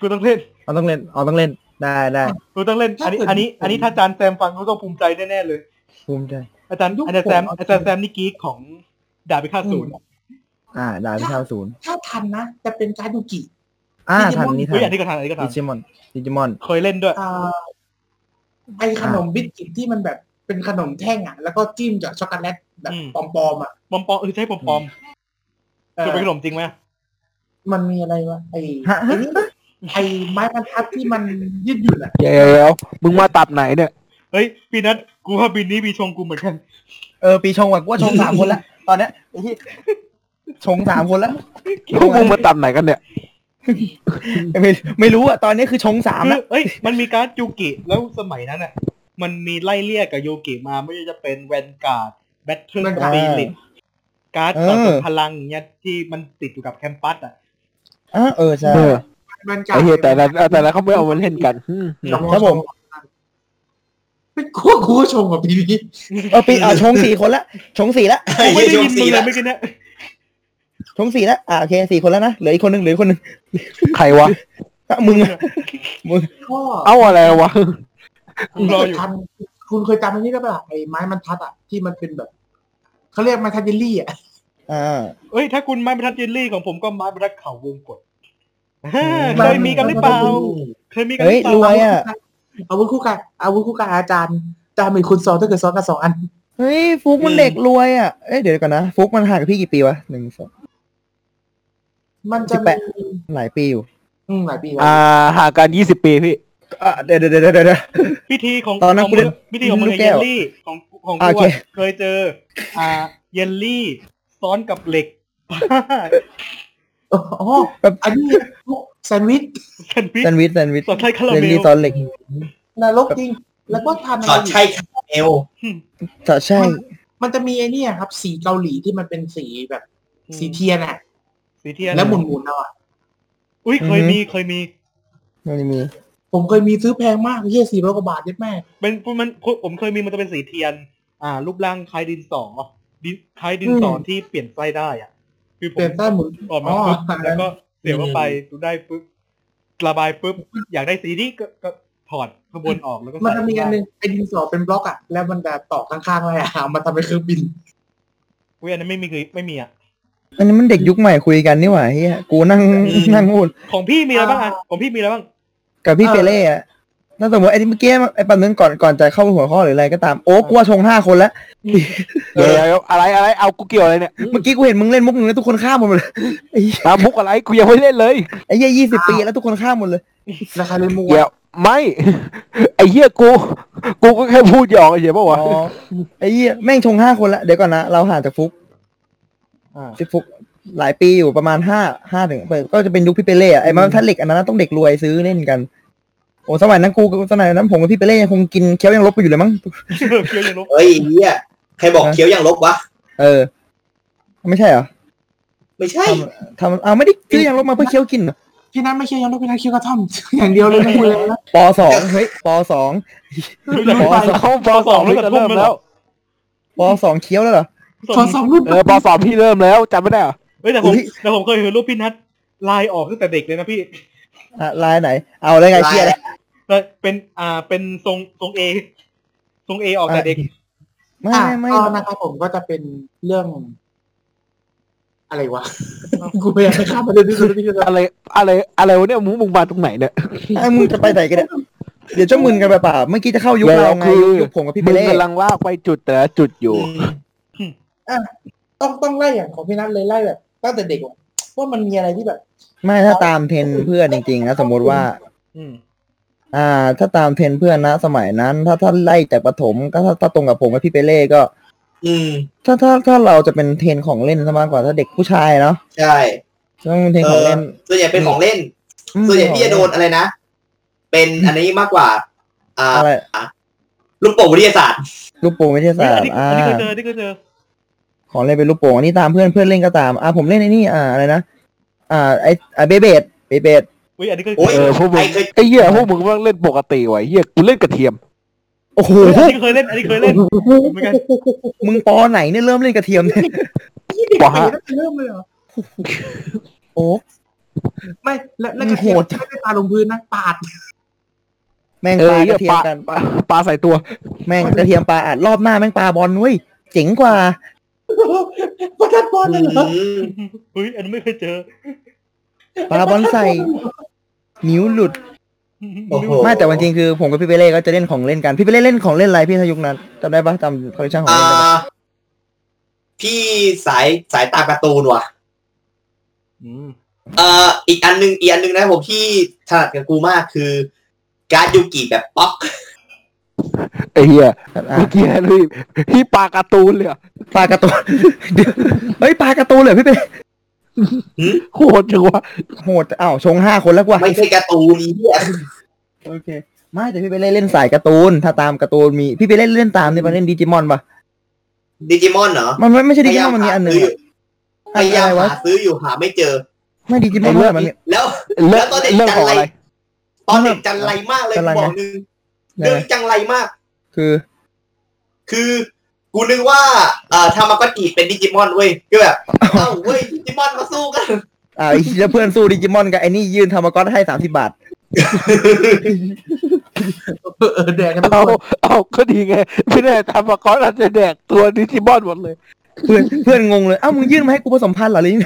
E: กูต้องเล่น
B: เอาต้องเล่นเอาต้องเล่นได้ได้
E: กูต้องเล่น อันนี้อันนี้ อันนี้ถ้าอาจารย์แซมฟังก็ต้องภูมิใจแน่ๆเลย
B: ภูมิใจ
E: อาจารย์อาจารย์แซมอาจารย์แซมนี่กีกของดาบพิฆาตศูนย์
B: อ่าได้พี่ชาวศูนย์
G: ถ้าทันนะจะเป็นการดยูกิ
B: อ่าทันนี่ทั
E: เฮ้ยอัน
B: น
E: นี้ก็ทันอันนี้ก็ทั
B: ดิ
E: น
B: จิมอนดิจิมอน
E: เคยเล่นด้วย
G: อ่าไอขนมบิสกิตที่มันแบบเป็นขนมแท่งอ่ะแล้วก็จิ้มจากบช็อกโกแลตแบบ
E: อืม
G: ปลอมๆอ่ะ
E: ปอมปอมเออใช่ปอมปอม
G: เออ
E: คือเป็นขนมจริงไหม
G: มันมีอะไรวะไอ
B: ฮะ
G: ไอ้นี่ไอไม้บรรทัดที่มันยืดหยุ่นอ่ะ
H: เดี๋ยวเดี๋ยวมึงมาตับไหนเนี่ย
E: เฮ้ยปีนั้นกูว่าปีนี้ปีชงกูเหมือนกัน
B: เออปีชงว่ะกูว่าชงสามคนละตอนเนี้ยไอ้เหี้ยชงสามคนละ
H: พวกมึงมาตับไหนกันเนี่ย
B: ไม่ไม่รู้อ่ะตอนนี้คือชงสาม
E: คื
B: ละ
E: อเอ้ยมันมีการ์ดยูกิแล้วสมัยนั้นอ่ะ มันมีไล่เรียกกับยูกิมาไม่ว่าจะเป็นแวนการ์ดแบทเทิลสปีริตการ์ดต่อสู้พลังเนี่ยที่มันติดอยู่กับแคมปัสอ่ะ
B: อ่าเออใช่
H: เออ
G: มันกลา
H: ไอ้เหี้ยแต่ละแต่ละเขาไม่เอามาเล่น กันอืม
B: ครับผม
G: เป็นคู่คู่ชงกับพี่พี่
B: เออปีอ่าชงสี่คนละชงสี่ละ
A: ไอ้
E: กู
A: เหี้ย
E: ไม่ได้
A: ชง
E: ยินมึ
A: สี
E: งเล
A: ละ
E: ยเมื่อกี้เนี่ย
B: ชงสี่แล้วอ่าโอเคสี่คนแล้วนะ เหลืออีกคนหนึ่งเหลืออีกคนหนึ่ง
H: ใครวะ
B: อ่ะมึงอะ
G: ก็
H: เอ้าอะไรวะ
E: กูรออยู่
G: ทันคุณเคยจำอันนี้ได้ปะล่ะไอไม้บรรทัดอ่ะที่มันเป็นแบบ เขาเรียกไม้ทัดเยลลี่อ่ะ
B: อ่า
E: เอ้ยถ้าคุณไม้บรรทัดเยลลี่ของผมก็ไม้บรรทัดเขาวงกด
B: ม
E: เคยมีกันหรือเปล่า เคยมีกันห
B: เฮ้ย
E: รือ
B: รว
E: เปล่าย
B: อ่ะ
G: อาวุธคู่กันอาวุธคู่กันอาจารย์อาจารย์มีคุณสองถ้าเกิดสองกับสองอัน
B: เฮ้ยฟุกมันเด็กรวยอ่ะ เอ้ยเดี๋ยวก่อนนะ ฟุกมันห่างกับพี่กี่ปีวะหนึ่งสอง
G: มันจะ
B: สิบแป
G: มี
B: ด หลายปีอยู่
G: อืมหลายปี
C: อ่า
G: แล้ว
C: ห่างกันยี่สิบปีพี่
B: อ่ะเดี๋ยวเดี๋ยวเดี๋ยวเดี๋ยวเดี๋ยว
E: พิธีของ
B: ตอนนั้น
E: ของ
B: กูเล่น
E: พิธีของมึง
B: ลูก
E: เย
B: แก้ว
E: ลลี่ของของ
B: อ่ะโอ
E: กู
B: เค
E: อะเคยเจอ อ่า เยลลี่ซ้อนกับเหล็ก
G: อ๋ออันนี้แซนด์วิช
E: แซนด์วิช
B: แซนด์วิชแซนด์วิช
E: สอนไทยคารา
B: แซน
E: เม
B: ด์วิช
E: ล
B: ตอนเหล็ก
G: นรกจริง แล้วก็ทำอะ
A: สอด
G: ไร
A: ใช่คาราเมล
B: ใช่ใช่
G: มันจะมีไอ้เนี่ยครับ สีเกาหลีที่มันเป็นสีแบบ สีเทียนอ่ะ
E: สีเทียน
G: แล้วหมุนๆเอาอ่ะ
E: อุ้ยเคยมีเคยมี
B: มันมี
G: ผมเคยมีซื้อแพงมากเฮียสี่ร้อยกว่าบาทเย็ดแม่
E: เป็นมันผมเคยมีมันจะเป็นสีเทียน อ่า รูปร่างคล้ายดินสอดินคล้ายดินสอ
G: อืม
E: ที่เปลี่ยนไส้ได้อ่ะ คือผ
G: เปลี่
E: ม
G: ยนใต้หมุน
E: ออกมา
G: อ๋อ
E: ปุ๊บ
G: อันนั้น
E: แล้วก็เสียบเข้าไปดูได้ปุ๊บระบายปุ๊บอยากได้สีนี้ก็ก็ถอดขบวนออกแล้วก็
G: มัน
E: ใส่
G: จะมีอันหนึงไอ้ดินสอเป็นบล็อกอ่ะ แล้วมันจะต่อข้างๆเลยอ่ะเอามาทำเป็นเครื่องบิน
E: อุ้ยอันนั้นไม่มีคือไม่มีอ่ะ
B: อันนี้มันเด็กยุคใหม่คุยกันนี่หว่าเฮียกูนั่งนั่งพูด
E: ของพี่มีอะไรบ้างอ่ะ
G: อ่า
E: ของพี่มีอะไรบ้าง
B: กับพี่
G: เออ
B: เปเล่อะถ้าสมมติไอ้ที่เมื่อกี้ไอ้ปันนึงก่อนก่อนจะเข้าหัวข้อหรืออะไรก็ตามโอ้กูว่าชงห้าคนละ
C: เดี๋ยวอะไรอะไรเอากูเกี่ยวอะไรเนี่ย
B: เมื่อกี้กูเห็นมึงเล่นมุกหนึ่งแล้วทุกคนข้ามหมดเลย
C: ตามมุกอะไรกูยังไม่เล่นเลย
B: ไอ้เหี้ยยี่สิบปีแล้วทุกคนข้ามหมดเลย
G: ราคาเลยมู
C: เดี๋ยวไม่ ไอ้เหี้ยกู กูก็แค่พูดหยอกเฉยๆปะวะ
B: อ๋อไอ้เหี้ยแม่งชงห้าคนละเดี๋ยวก่อนนะ เราห่างจากฟุก
E: อ่า
B: ที่ฟุกหลายปีอยู่ประมาณห้าห้าถึงก็จะเป็นยุคพี่เปเล่อะไอ้มาทัดเหล็กอันนั้นนะต้องเด็กรวยซื้อเล่นกัน โอ้สมัยนั้นกูสมัยนั้นผมกับพี่เปเล่ยังคงกินเคี้ยวยังลบกันอยู่เลยมั้ง
E: เคี้ยวยังลบ
A: เฮ้ยไอ้เฮียใครบอกเคี้ยวยังลบวะ
B: เออ ไม่ใช่เหรอ
A: ไม่ใช่
B: ทำเอาไม่ได้ซื้อยังลบมาเพื่อเคี้ยวกินเหรอ
G: พี่นัทไม่เคี่ยวยังต้องพี่นัทเคี่ยวกระท่อม อย่างเดียวเลยนะคุณเลย นะ
B: ปสองเฮ้ยปสอง
E: รู้จัก
B: ป
E: ไหม
B: สอง
C: เขาปสองพี่จะเริ่มแล้ว
B: ปสองเคี้ยวแล้วเหรอ
G: สอนสองรุ่น
C: เออปสองพี่เริ่มแล้วจำไม่ได้เหรอ
E: เฮ้ยแต่ผม
B: อุ๊ย
E: แต่ผมเคยเห็นรูปพี่นัทลายออกตั้งแต่เด็กเลยนะพี่
B: อ่ะลายไหน เอาเลยไงเคี้ยเลย
E: แล้วเป็นอ่าเป็นทรงทรงเอทรงเอออกแต่เด็ก
B: ไม่
G: อ่ะ
B: ไม่
G: ก็
B: ไม่
G: นะครับผมก็จะเป็นเรื่อง อะไรวะ กูพยายามจะข้ามประเด็นที่สุดที่จะ
C: อะไรอะไรอะไรวะเนี่ยมึงมึงมาตรงไหนเนี่ย
B: ไอ้มึงจะไปไหนกันเนี่ยเดี๋ยวเจ้ามึนกันไปเปล่าเมื่อกี้จะเข้ายุคเราไง
C: แล้วคือ
B: ยุคผมกับพี่เป
C: มึง
B: เล่
C: กำลังลากไปจุดแต่ละจุดอยู่
G: ต้องต้องไล่อย่างของพี่นัทเลยไล่แบบตั้งแต่เด็กอะว่ามันมีอะไรที่แบบ
B: ไม่ถ้าตามเทรนด์เพื่อนจริงๆนะสมมติว่า
E: อืม
B: อ่า ถ้าตามเทรนด์เพื่อนนะสมัยนั้น ถ้าถ้าไล่จากปฐมก็ถ้าถ้าตรงกับผมกับพี่เปเล่ก็
A: อืม
B: ถ้าถ้าถ้าเราจะเป็นเทรนด์ของเล่นซะมากกว่าถ้าเด็กผู้ชายเนาะ
A: ใช่
B: ต้องเป็นเทรน
A: เอ
B: ด์ขอ
A: อ
B: งเล่น
A: ส่วนใหญ่เป็นของเล่น
B: อืม
A: ส่วนใหญ่ที่จะโดนอะไรนะ เป็นอันนี้มากกว่า อ่า
B: อะไร
A: ลูกโป่งวิทยาศาสตร์
B: ลูกโป่งวิทยา
E: เฮ้ย
B: ศาสต
E: อัน
B: ร์
E: นี้
B: อ่า
E: อันนี้เคยเจออันนี้เคยเจอ
B: ของเล่นเป็นลูกโป่งอันนี้ตามเพื่อนเพื่อนเล่นก็ตามอ่าผมเล่นไอ้นี่อ่าอะไรนะอ่าไออ่าเบเบดเบเบด
E: อุ้ยอันนี้เคย
A: โอ้
E: เจ
A: ย
E: อ
C: เออพวกมึ
A: ไอ้
C: ง
A: เคย
C: ไอ้เหี้ยพวกมึงว่าเล่นปกติว่ะไอ้เหี้ยกูเล่นกระเทียม
B: โอ้โห
E: เฮ้ยอันนี้เคยเล่น อันนี้เคยเล่นผมเหมือนกัน
B: มึงปอไหนเนี่ยเริ่มเล่นกระเทียมเนี่ย
C: ปะฮะ
G: เริ่มเลยเหร อ
B: โอ้
G: ไม่แล้วแล้วกระ
B: โห
G: เทีย
B: ด
G: มไม่ได้ปาลงพื้นนะปาด
B: แม่ง
C: เอ
B: ป
C: อ
B: ลา
C: เหี้
B: ก
C: ย
B: ระเทียม
C: ปลา
B: กัน
C: ปลาปลาใส่ตัว
B: แม่งกระเทียมปลาอัดรอบหน้าแม่งปลาบอลเว้ยเจ๋งกว่า
G: ประทัดบอลเลยเหรอ
A: อืม
E: อุ้ยอันนี้ไม่เคยเจอ
B: ปลาบอลใส่ นิ้วหลุด
A: โอ้โห
B: ไม่แต่วันจริงคือผมกับพี่เปเล่ก็จะเล่นของเล่นกัน พี่เปเล่เล่นของเล่นอะไรพี่ทายุคนั้นจำได้ปะจำคอลเลคชันของ
A: อ่า
B: เล่นได้ปะ
A: พี่สายสายตาการ์ตูนว่ะ
E: อืม
A: เอ่ออีกอันหนึงอีกอันหนึงนะผมที่ถนัดกับกูมากคือ การ์ดยูกิแบบป๊อก
C: ไอ้เหี้ย
B: อ่ะ
C: เมื่อกี้เลยที่ปลาการ์ตูนเลยอะ
B: ปลาการะตูน เดี๋ยวเฮ้ยปลาการะตูนเหรอพี่เปเล่
C: โคตรจังวะ
B: โหดอ้าวชงห้าคนแล้วกว่า
A: ไม่ใช่การ์ตูนนี่
B: โอเคไม่แต่พี่เปเล่เล่นสายการ์ตูน ถ้าตามการ์ตูนมีพี่เปเล่เล่นตามเนี่ยมาเล่นดิจิมอนปะ
A: ดิจิมอนเหรอ
B: มันไม่ไม่ใช่ดิจิมอนมันมีอันหนึ่งอะ
A: พยายาม
B: อะไรวะ
A: หาซื้ออยู่หาไม่เจอ
B: ไม่ดิจิมอน
C: ไอ้เรื่อง
B: มันมี
A: แล้ว
C: เรื่
A: แล้วตอนเด็ก
C: องเรื่องของอะไร
A: ตอนเด็กจันไรมากเลย
B: จันไร
A: บอกนึง
B: เนี่
A: เรื่อ
B: ย
A: ง
B: นะ
A: จังไรมาก
B: คือ
A: คือกูนึกว่าเอ่อทามากอจิเป็นดิจิมอนเว้ยก็ แบบ เอ้าเว้ยดิจิมอนมาสู้กัน
B: อ่าแล้วเพื่อนสู้ดิจิมอนกับไอ้นี่ยืนทำมากอสให้สามสิบบาท
G: เออแดงกันทุก
C: เอา
G: คน
C: เอาก็ดีไง พี่แน่ทำมาก่อนอาจจะแดกตัวดิจิบอนหมดเลย
B: เพื่อนเพื่อนงงเลยอ้าวมึงยื่นมาให้กูผสมพันธุ์เหรอลิง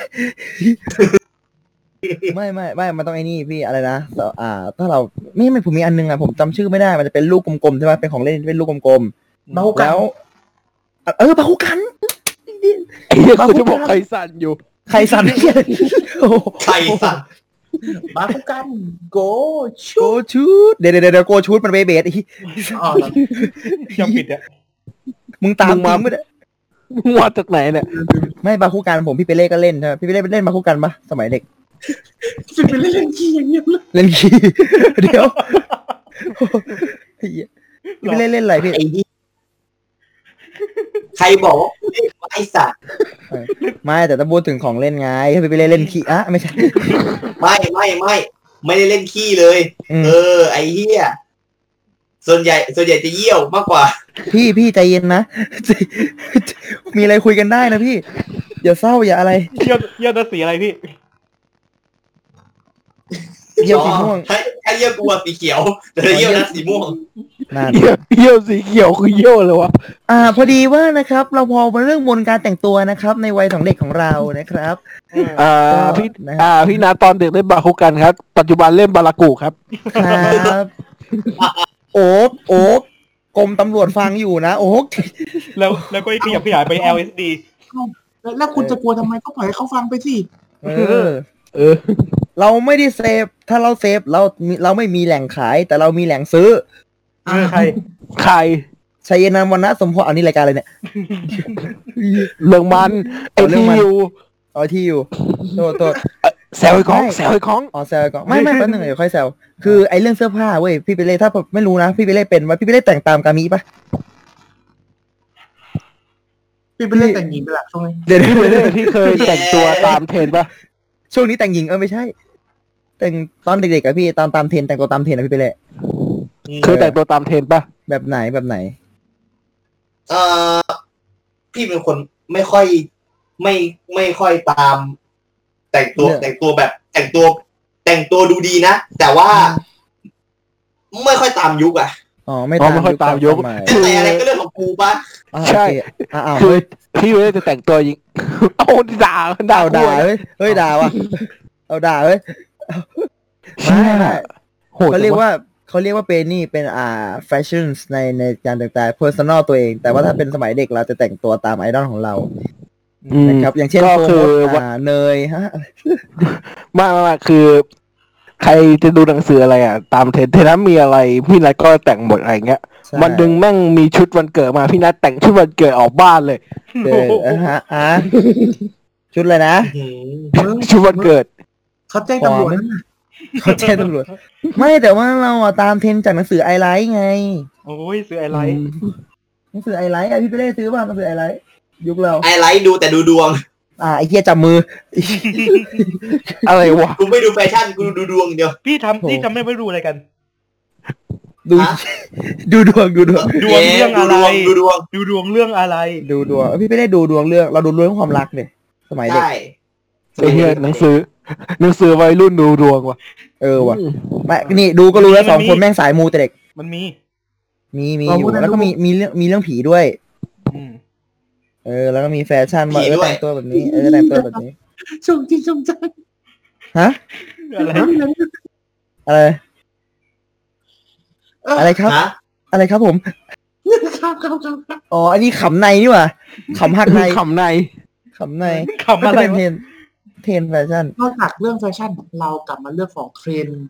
B: ไม่ไม่ไม่มันต้องไอ้นี่พี่อะไรนะเอ่ออ่า ถ้าเราไม่ไม่ผมมีอันนึงอะผมจำชื่อไม่ได้มันจะเป็นลูกกลมๆใช่ไหมเป็นของเล่นที่เป็นลูกกลม
G: เมา
B: ๆ
G: กัน
B: แล้วเออบาคุกัน
C: ไอ้เหี้ยกูจะบอกใครสั่นอยู่
B: ใครสั่นเหี้ยโอ้โห
A: ใครสัก
G: มาคุกันโก
B: โก
G: ชู
B: ชูดเดี๋ยวเดี๋ยวเดี๋ยวโกชูดมันเบเบดไอ้เหี้ย
G: อ๋อเหรอ
E: จำผิดอ่ะ
B: มึงตาม
C: มึง
B: จริง
C: มา
B: ไม่ได้
C: มึงมาจากไหนเนี่ย
B: ไม่บาคุกันผมพี่เปเล่ก็เล่นใช่ไหมพี่เปเล่เล่นบาคุกันปะสมัยเด็ก
G: เป็นไปเล่นขี้อย่างเงี้ยเลย
B: เล่นขี้ เดี๋ยวไอ้เหี้ยพี่เปเล่เล่นอะไรพี่
A: ไอ้นี่ใครบอกว่ากูเล่นวะไอ้สัตว์
B: ไม่แต่ถ้าพูดถึงของเล่นไงถ้าพี่ไปเล่นเล่นขี้อะไม่ใช่
A: ไม่ไม่ไม่ไม่ได้เล่นขี้เลย
B: อืม
A: เออ ไอ้เหี้ยส่วนใหญ่ ส่วนใหญ่จะเยี่ยวมากกว่า
B: พี่พี่ใจเย็นนะใจมีอะไรคุยกันได้นะพี่อย่าเศร้าอย่าอะไร
E: เยี่ยมเยี่ยมจะสีอะไรพี่
B: เยี่ยวสีม่วง
A: ถ้าถ้าเยี่ยวกลัวสีเขียว แต่ถ้าเยี่ยวนั้นสีม่วง
B: นั่น
C: เหี้ยเหี้ยวสีเขียวคือเหี้ยวเลยวะ
B: อ่า พอดีว่านะครับ เราพอมาเรื่องมนต์การแต่งตัวนะครับ ในวัยของเด็กของเรานะครับ
C: อ่า
B: ก็
C: พี่
B: นะ
C: อ่า พี่นาตอนเด็กเล่นบาคุกันครับ ปัจจุบันเล่นบารากุครับ
B: ครับโอบโอบกรมตำรวจฟังอยู่นะโอ๊ก
E: แล้วแล้วก็ขยับขยายไป LSD
G: แล้วคุณจะกลัวทำไมก็ปล่อยให้เขาฟังไปสิ
B: เออ
C: เออ
B: เราไม่ได้เซฟ ถ้าเราเซฟเรามีเราไม่มีแหล่งขาย แต่เรามีแหล่งซื้อ
E: เออใคร
C: ใคร
B: ชัยนามวันนะสมพรอันนี้รายการอะไรเนี่ย
C: เรื่องมัน ไอ้
B: เรื่อง
C: ที่
B: มัน
C: อยู่
B: เอาที่อยู่ โทษโทษ
C: แซวไอ้ของ
B: ไม่
C: แซวไอ้ของ
B: อ๋อแซวก่อนไม่ไม่แป๊บนึงเดี๋ยวค่อยแซวคือไอ้เรื่องเสื้อผ้าเว้ยพี่ไปเล่ถ้าผมไม่รู้นะพี่ไปเล่เป็นว่าพี่ไปเล่แต่งตามกามิปะ
G: พี่ไปเล่นแต่งหญิงไปละช่วงนี้
B: เดี๋ยว
C: พี่เป็นเรื่องที่เคยแต่งตัวตามเทรนด์ปะ
B: ช่วงนี้แต่งหญิงเออไม่ใช่ แต่งตอนเด็กๆอะพี่ตามตามเทรนแต่งตัวตามเทรนนะพี่ไปเล่
C: เคยแต่งตัวตามเทรนด์ปะ
B: แบบไหนแบบไหน
A: เออพี่เป็นคนไม่ค่อยไม่ไม่ค่อยตาม แต่งตัว
B: เนี่ย
A: แต่งตัวแบบ แต่งตัว แต่งตัวดูดีนะ แต่ว่า ไม่ค่อยตามยุคอะ
B: อ๋อไม่
C: อ๋อ
B: ตาม
C: ไม่ค่อยตามยก
B: สมัย
C: คือ
A: แต่อะไรก็เรื่องของกูปะ
B: อ่ะ
C: ใช่
B: โอเคอ่ะอ้าว
C: คือพี่ไม่ได้ จะแต่งตัวยิง โอ้ด่าด่า
B: เอาด่า
C: ด่า
B: เฮ้ยเฮ้ยด่า ว่ะเอาด่าเฮ้ย
C: เชี่ย
B: ไม่
C: โหด
B: เขาเรียก
C: จังวะ
B: ว่าเขาเรียกว่าเป็นนี่เป็นอ่าแฟชั่นในในการแต่งกาย personal ตัวเอง แต่ว่าถ้าเป็นสมัยเด็กเราจะแต่งตัวตามไอดอลของเรา
C: อืม
B: นะครับ อย่างเช่น
C: ก็คือ
B: โปรโมท
C: ว่า
B: อ่าเนยฮะ
C: ไมามาคือ ใครจะดูหนังสืออะไรอ่ะ ตามเทรนด์เทรนด์นั้นมีอะไร พี่นัทก็แต่งหมดอะไรเงี้ย
B: ใช่
C: วันดึงแม่งมีชุดวันเกิดมาพี่นัทแต่งชุดวันเกิดออกบ้านเลย
B: เกิดอ่ะฮะอ่ะชุดเลยนะ
G: มึง
C: ชุดวันเกิด
G: เขาแจ้งตำรวจนั่นน่ะ
B: เขาแจ้งตำรวจไม่แต่ว่าเราอ่ะตามเทรนด์จากหนังสือไอไลท์ไง
E: โอ้ยซื้ออะไร
B: หนังสือไอไลท์อ่ะพี่ไปเล่ซื้อบ้างหนังสือไอไลท์ยุคเรา
A: ไอไลท์ดูแต่ดูดวง
B: อ่าไอเกียจับมือ
C: อะไรวะ
A: กูไม่ดูแฟชั่นกูดูดวงอย่างเดียว
E: พี่
B: โห
E: ทำพี่ทำไม่ไปดูอะไรกัน
B: ดู
A: ฮะ
B: ดูดวงดูดวง
E: ดวงเรื่อง
A: ดู
E: อะ
A: ดว
E: ไร
A: งดูดวง
E: ดูดวงเรื่องอะไร
B: ดูดวงพี่ไปเล่ดูดวงเรื่องเราดูเรื่องความรักเนี่ยสมัยเด็ก
A: ใช่
C: ไอ้เหี้ยหนังสือ หนังสือวัยรุ่นดูดวงวะ
B: เออว่ะ ไม่นี่ดูก็รู้แล้วสองคนแม่งสายมูแต่เด็ก
E: มันมี
B: มีมีอยู่แล้วก็มีมีเรื่องมีเรื่องผีด้วย
E: อืม
B: เออ แล้วก็มีแฟชั่นว่าเออแต่งตัวแบบนี้เออแต่งตัวแบบนี้
G: ช่วงที่ช่วงจัง
B: ฮะ
E: อะไร
B: อะไร อะไรครับ
A: ฮะ
B: อะไรครับผม
G: ครับครับครับครับ
B: อ๋อ อันนี้ขำในนี่หว่าขำหักใน
C: ขำใน
B: ขำใน
E: ขำ
B: ก็
E: อะ
B: จะ
E: ไร
B: เป็นเทรน
E: วะ
B: เทรนแฟชั่น
G: นอกจากเรื่องแฟชั่นเรากลับมาเรื่องของเทรนด์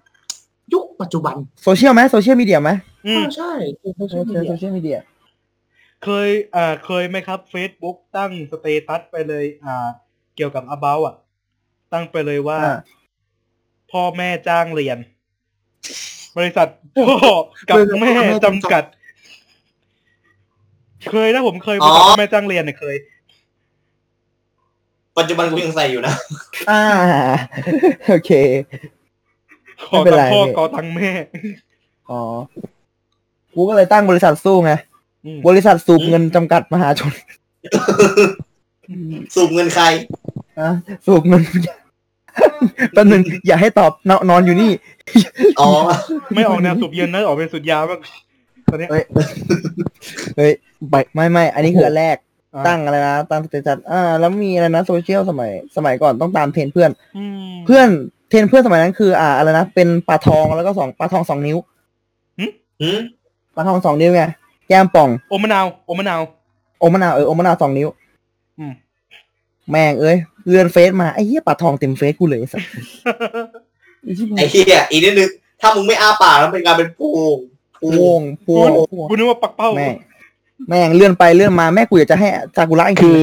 G: ยุคปัจจุบัน
B: โซเชียลไหมโซเชียลมีเดียไหม
E: อืม
G: ใช่โซ
B: โซ
G: เชียลมีเดีย
B: เชียลมีเดีย
E: เคยอ่าเคยไหมครับ Facebook ตั้งสเตตัสไปเลย อ่า เกี่ยวกับ about อ่ะ ตั้งไปเลยว่า
B: อ่า
E: พ่อแม่จ้างเรียน บริษัท พ่อกับแม่จำกัด เคยนะผมเคยบริษัทพ่อแม่จ้างเรียนเนี่ยเคย
A: ปัจจุบันกูยังใส่อยู่นะ
B: อ่า โอเค
E: ขอ
B: ไม่เป็น
E: ตัง
B: ไร
E: ค์พ่อ
B: พี่
E: ขอตังค์แม่
B: อ๋อ กูก็เลยตั้งบริษัทสู้ไง
E: อืม
B: บริษัทสูบเงินจำกัดมหาชน
A: สูบเงินใคร
B: อ่ะสูบเงิน แป๊บนึงอย่าให้ตอบนอนนอนอยู่นี่
A: อ๋อ
E: ไม่ออกแนวสุดเย็นนะออกเป็นสุดยาวบ้างตอนเนี้ย
B: ไม่ไม่ อันนี้คืออันแรก
E: อ อ่า
B: ตั้งอะไรนะตั้งสเตตัสอ่า แล้วมีอะไรนะโซเชียลสมัยสมัยก่อนต้องตามเทรนเพื่อน
E: อืม
B: เพื่อนเทรนเพื่อนสมัยนั้นคือ อ่าอะไรนะเป็นปลาทองแล้วก็สองปลาทองสองนิ้ว
A: หืม
B: ปลาทองสองนิ้วไงแก้มป่อง
E: โอมะนาวโอมะนาว
B: โอมะนาวเออโอมะนาวสองนิ้ว
E: อืม
B: แม่งเอ้ยเลื่อนเฟซมาไอ้เหี้ยปลาทองเต็มเฟซกูเลยไอ้สัสไอ้ชิบหา
A: ไอ้
B: ย
A: เหี้ยอีกนิดนึงถ้ามึงไม่อ้าปากแล้วเป็นการเป็นโป่งโป่
B: โป่
A: ง
B: งโป่งโป่ง
E: กูนึกว่าปักเป้า
B: แม่งแม่งเลื่อนไปเลื่อนมาแม่กูอยากจะให้ซากุระจริงๆ
C: คือ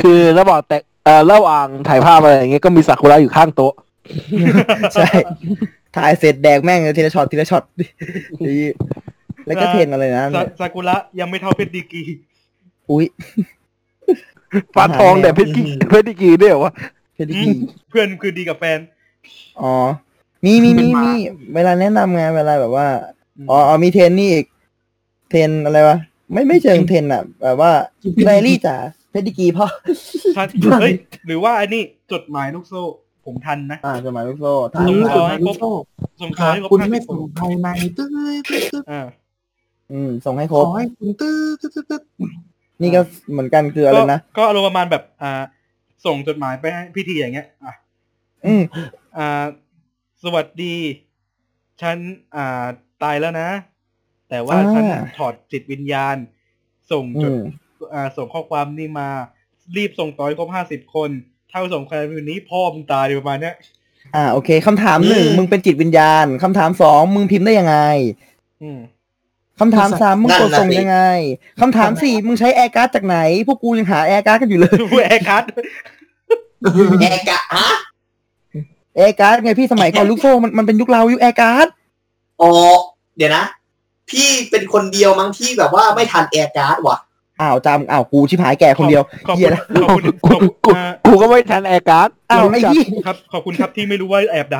C: คือระหว่างแต่เอ่อระหว่างถ่ายภาพอะไรอย่างเงี้ยก็มีซากุระอยู่ข้างโต๊ะ
B: ใช่ถ่ายเสร็จแดกแม่งทีละช็อตทีละช็อตแล้วก็เทรนอะไรนะ
E: ซาซากุระยังไม่เท่าเพชรดีกรี
B: อุ้ย
C: ปลาทองแต่เพชรกีเพชรกีด้วยเหรอวะ
B: เพดิกี
E: เพื่อนคือดีกับแฟ น
B: อ๋อ มีมีมีมีเวลาแนะนำไงเวลาแบบว่าอ๋ออ๋อมีเทรนนี่อีกเทรนอะไรวะไม่ไม่เชิงเทรนอ่ะ แบบว่าไดอารี่จ๋าเพดิกีพ่อ
E: ใช่เฮ้ยหรือว่าอันนี้จดหมายลูกโซ่ ผมทันนะ
B: อ่าสมัยลูกโซ่ถ่าย
E: อืม
B: รูป
E: ส่ง
G: ข
E: ข่าวให้ค
G: อบ
E: รบ
G: คุณ
E: ห้า
G: ไม่
E: สิบ
G: ส
E: คน
G: นใจไหมตื้อตื้อตื้อ
E: อ่า
B: อืมส่งให้
G: ข
B: คร
G: อบ ให้คุณตื้อตื้อตื้อตื้อ
B: นี่ก็เหมือนกันคืออะไร
E: ก็
B: นะ
E: ก็อารมณ์ประมาณแบบ อ่า ส่งจดหมายไปให้พิธีอย่างเงี้ย อ่ะ
B: อืม
E: อ่า สวัสดี ฉันอ่าตายแล้วนะ แต่ว่าฉันถอดจิตวิญญาณ ส่งจ
B: อื
E: ด
B: ม
E: อ่าส่งข้อความนี่มา รีบส่งต่อให้ครบห้าสิบคน เท่าส่งคะแนนวันนี้พ่อมึงตายเดี๋ยวประมาณเนี้ย
B: อ่าโอเคคำถามหนึ่งมึงเป็นจิตวิญญาณคำถามสองมึงพิมพ์ได้ยังไง
E: อื ม
B: คำถามสามมึงกดส่งยังไงคำถามสี่มึงใช้แอร์การ์ดจากไหน พวกกูยังหาแอร์การ์ดกันอยู่เลย
E: แอร์คัด
A: แอกะฮะ
B: แอร์การ์ดไงพี่สมัยก่อนลูกโซ่มันมันเป็นยุคเรายุคแอร์การ์ด
A: อ๋อเดี๋ยวนะ พี่เป็นคนเดียวมั้งที่แบบว่าไม่ทันแอร์การ์ดว่ะ
B: อ้าวจำอ้าวกูชิบหายแก่คนเดียว
E: ขอบ
B: เหี้
E: คุ
B: ย
E: ณ
B: ละ
E: ขอบคุณขอบ
C: กู
E: คุณอ่า
C: กูก็ไม่ทันแอร์การ์ด
B: อ้าวไอ้พี่
E: ครับ ขอบคุณครับที่ไม่รู้ว่าแอบใด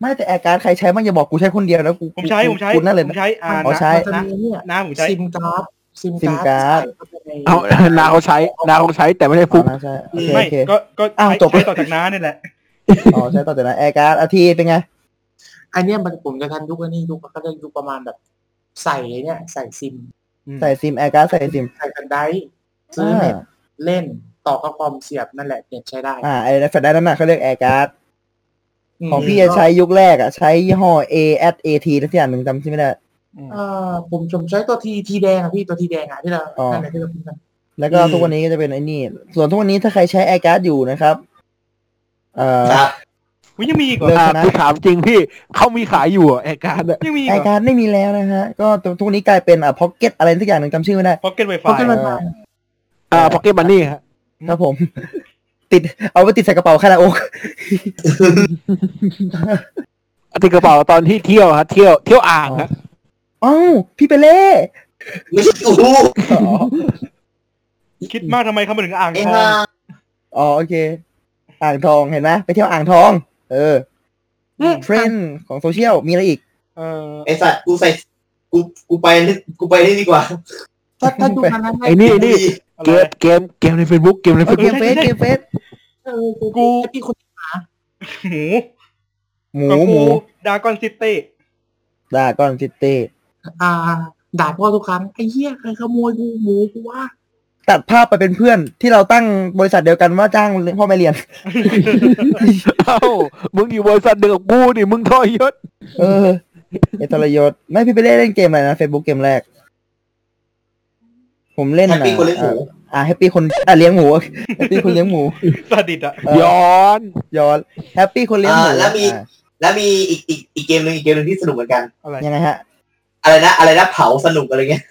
B: ไม่แต่แอร์การ์ดใครใช้บ้างอย่าบอกกูใช้คนเดียวนะกู
E: ผมใช้ ผมใช้
B: กูนั่นเลย
E: ผ
B: นะ
E: มใช้อ่า
B: อ๋อใช้
G: มันจะมีเนี่ย
E: หน้าผมใช้
G: ซิมการ์ดซิมการ์ด
B: ซิมการ์ด
C: เอานาเขาใช้นาเขาใช้แต่ไม่ได้ฟุก
B: อ๋อใช่โอเค
E: ไม่
B: โอเค
E: ก็ก็
B: อ้าว
E: ใช้
B: จบ
E: ใช้ต่อจากน้าเนี่ยแหละ
B: อ๋อใช่ต่อจากนั้นแอร์การ์ดอาทีเป็นไง
G: ไอเนี้ยมันผมจะทันยุคอันนี้ยุคก็จะยุคประมาณแบบ ใส่เนี่ย ใส่ซิม
B: ใส่ซิมแอร์การ์ดใส่ซิม
G: ใส่กันได้ซื้อ
B: อ่า
G: เน็ตเล่นต่อกับคอมเสียบนั่นแหละเน็ตใช้ได้
B: อ่าไอ้แฟลชไดรฟ์นั่นน่ะเขาเรียกแอร์การ์ด
G: ม
B: ของพี่จะใช้ยุคแรกอ่ะ ใช้ยี่ห้อ A S A T ทักอย่างหนึ่งจำชื่อไม่ได้
G: เอ่อผมผมใช้ตัวทีทีแดงอะพี่ตัวทีแดงอะที่เรา
B: อ๋อ
G: นั่นแหละที่เราพูดกัน
B: แล้วก็
A: อืม
B: ทุกวันนี้ก็จะเป็นไอ้นี่ ส่วนทุกวันนี้ถ้าใครใช้ a อ r การ์ดอยู่นะครับเอ่อ
A: ครับ
E: วิยังมีอีกเหรอ
B: เลิก
C: อ่ากูถามจริงพี่เขามีขายอยู่เหรอแอร์การ์ดอะ
E: ยังมีอี
B: แอก ร์การ์ดไม่มีแล้วนะฮะ ก็ทุกวันนี้กลายเป็นอ่ะพ็อกเก็ตอะไรสักอย่างหนึ่งจำชื่อไม่ได้
E: พ็อกเก็ตไวไฟ
G: เพราะกันมัน
B: เออ
C: อ่าพ็อกเก็ตมันนี่ฮะ
B: ครับผม ติดเอาไปติดใส่กระเป๋าคาราโอเกะ
C: ติดกระเป๋าตอนที่เที่ยวฮะเที่ยวเที่ยวอ่างฮะ
B: อ้าวพี่เปเล่
A: ไม่ใช่กู
B: อ๋อ
E: คิดมากทำไมเขามาถึงอ่าง
A: ไอ้
E: ทอ
A: ห่าง
B: อ๋อโอเค อ่างทองเห็นไหมไปเที่ยวอ่างทอง เออเทรนด์ของโซเชียลมีอะไรอีก
E: เออ
A: ไอ้สัตว์กูใส่กูกูไปนี่กูไปนี่ดีกว่า
G: ถ้าถ้าดูกันนั้น
C: ไอ้นี่ไอ้นี่
E: อะไร
C: เกมเกมเกมในเฟซบุ๊กเกมในเฟซ
B: เก
C: บุ๊
B: ม
C: ก
B: เฟสเกมเฟส
G: เออกู
E: กู
G: พี่คน
E: หมู
B: หมูห
E: กับกู
B: มู
E: ดากอนซิตี้
B: ดากอนซิตี้
G: อ่า ด่าพ่อทุกครั้งไอ้เหี้ยใครขโมยกูหมูกูว่า
B: ตัดภาพไปเป็นเพื่อนที่เราตั้งบริษัทเดียวกันว่าจ้างเลี้ยงพ่อแม่เรียน
C: เอ้ามึงอยู่บริษัทเดียวกับกูนี่มึงทอยยศ
B: เออไอทรยศไม่พี่ไปเล่นเล่นเกมอะไรนะ Facebook เกมแรก ผมเล่น
A: แฮป
B: นะ
A: ปี้คนเล่นหมู
B: อ่าแฮปปี้คนอ่ะเลี้ยงหมูแฮปปี้คนเลี้ยงหมู
E: สดิตอ่ะ
B: เออ
C: ย้อน
B: ย้อนแฮปปี้คนเลี้ยงหมู
A: อ่าแล้วมี
B: อ่ะ
A: แล้วมีอีกอีกอีกเกมหนึ่งอีกเกมหนึ่งที่สนุกเหมือนกัน
E: อะไร
B: ยังไงฮะ
A: อะไรนะ อะไรนะเผาสนุกอะไรเงี้ย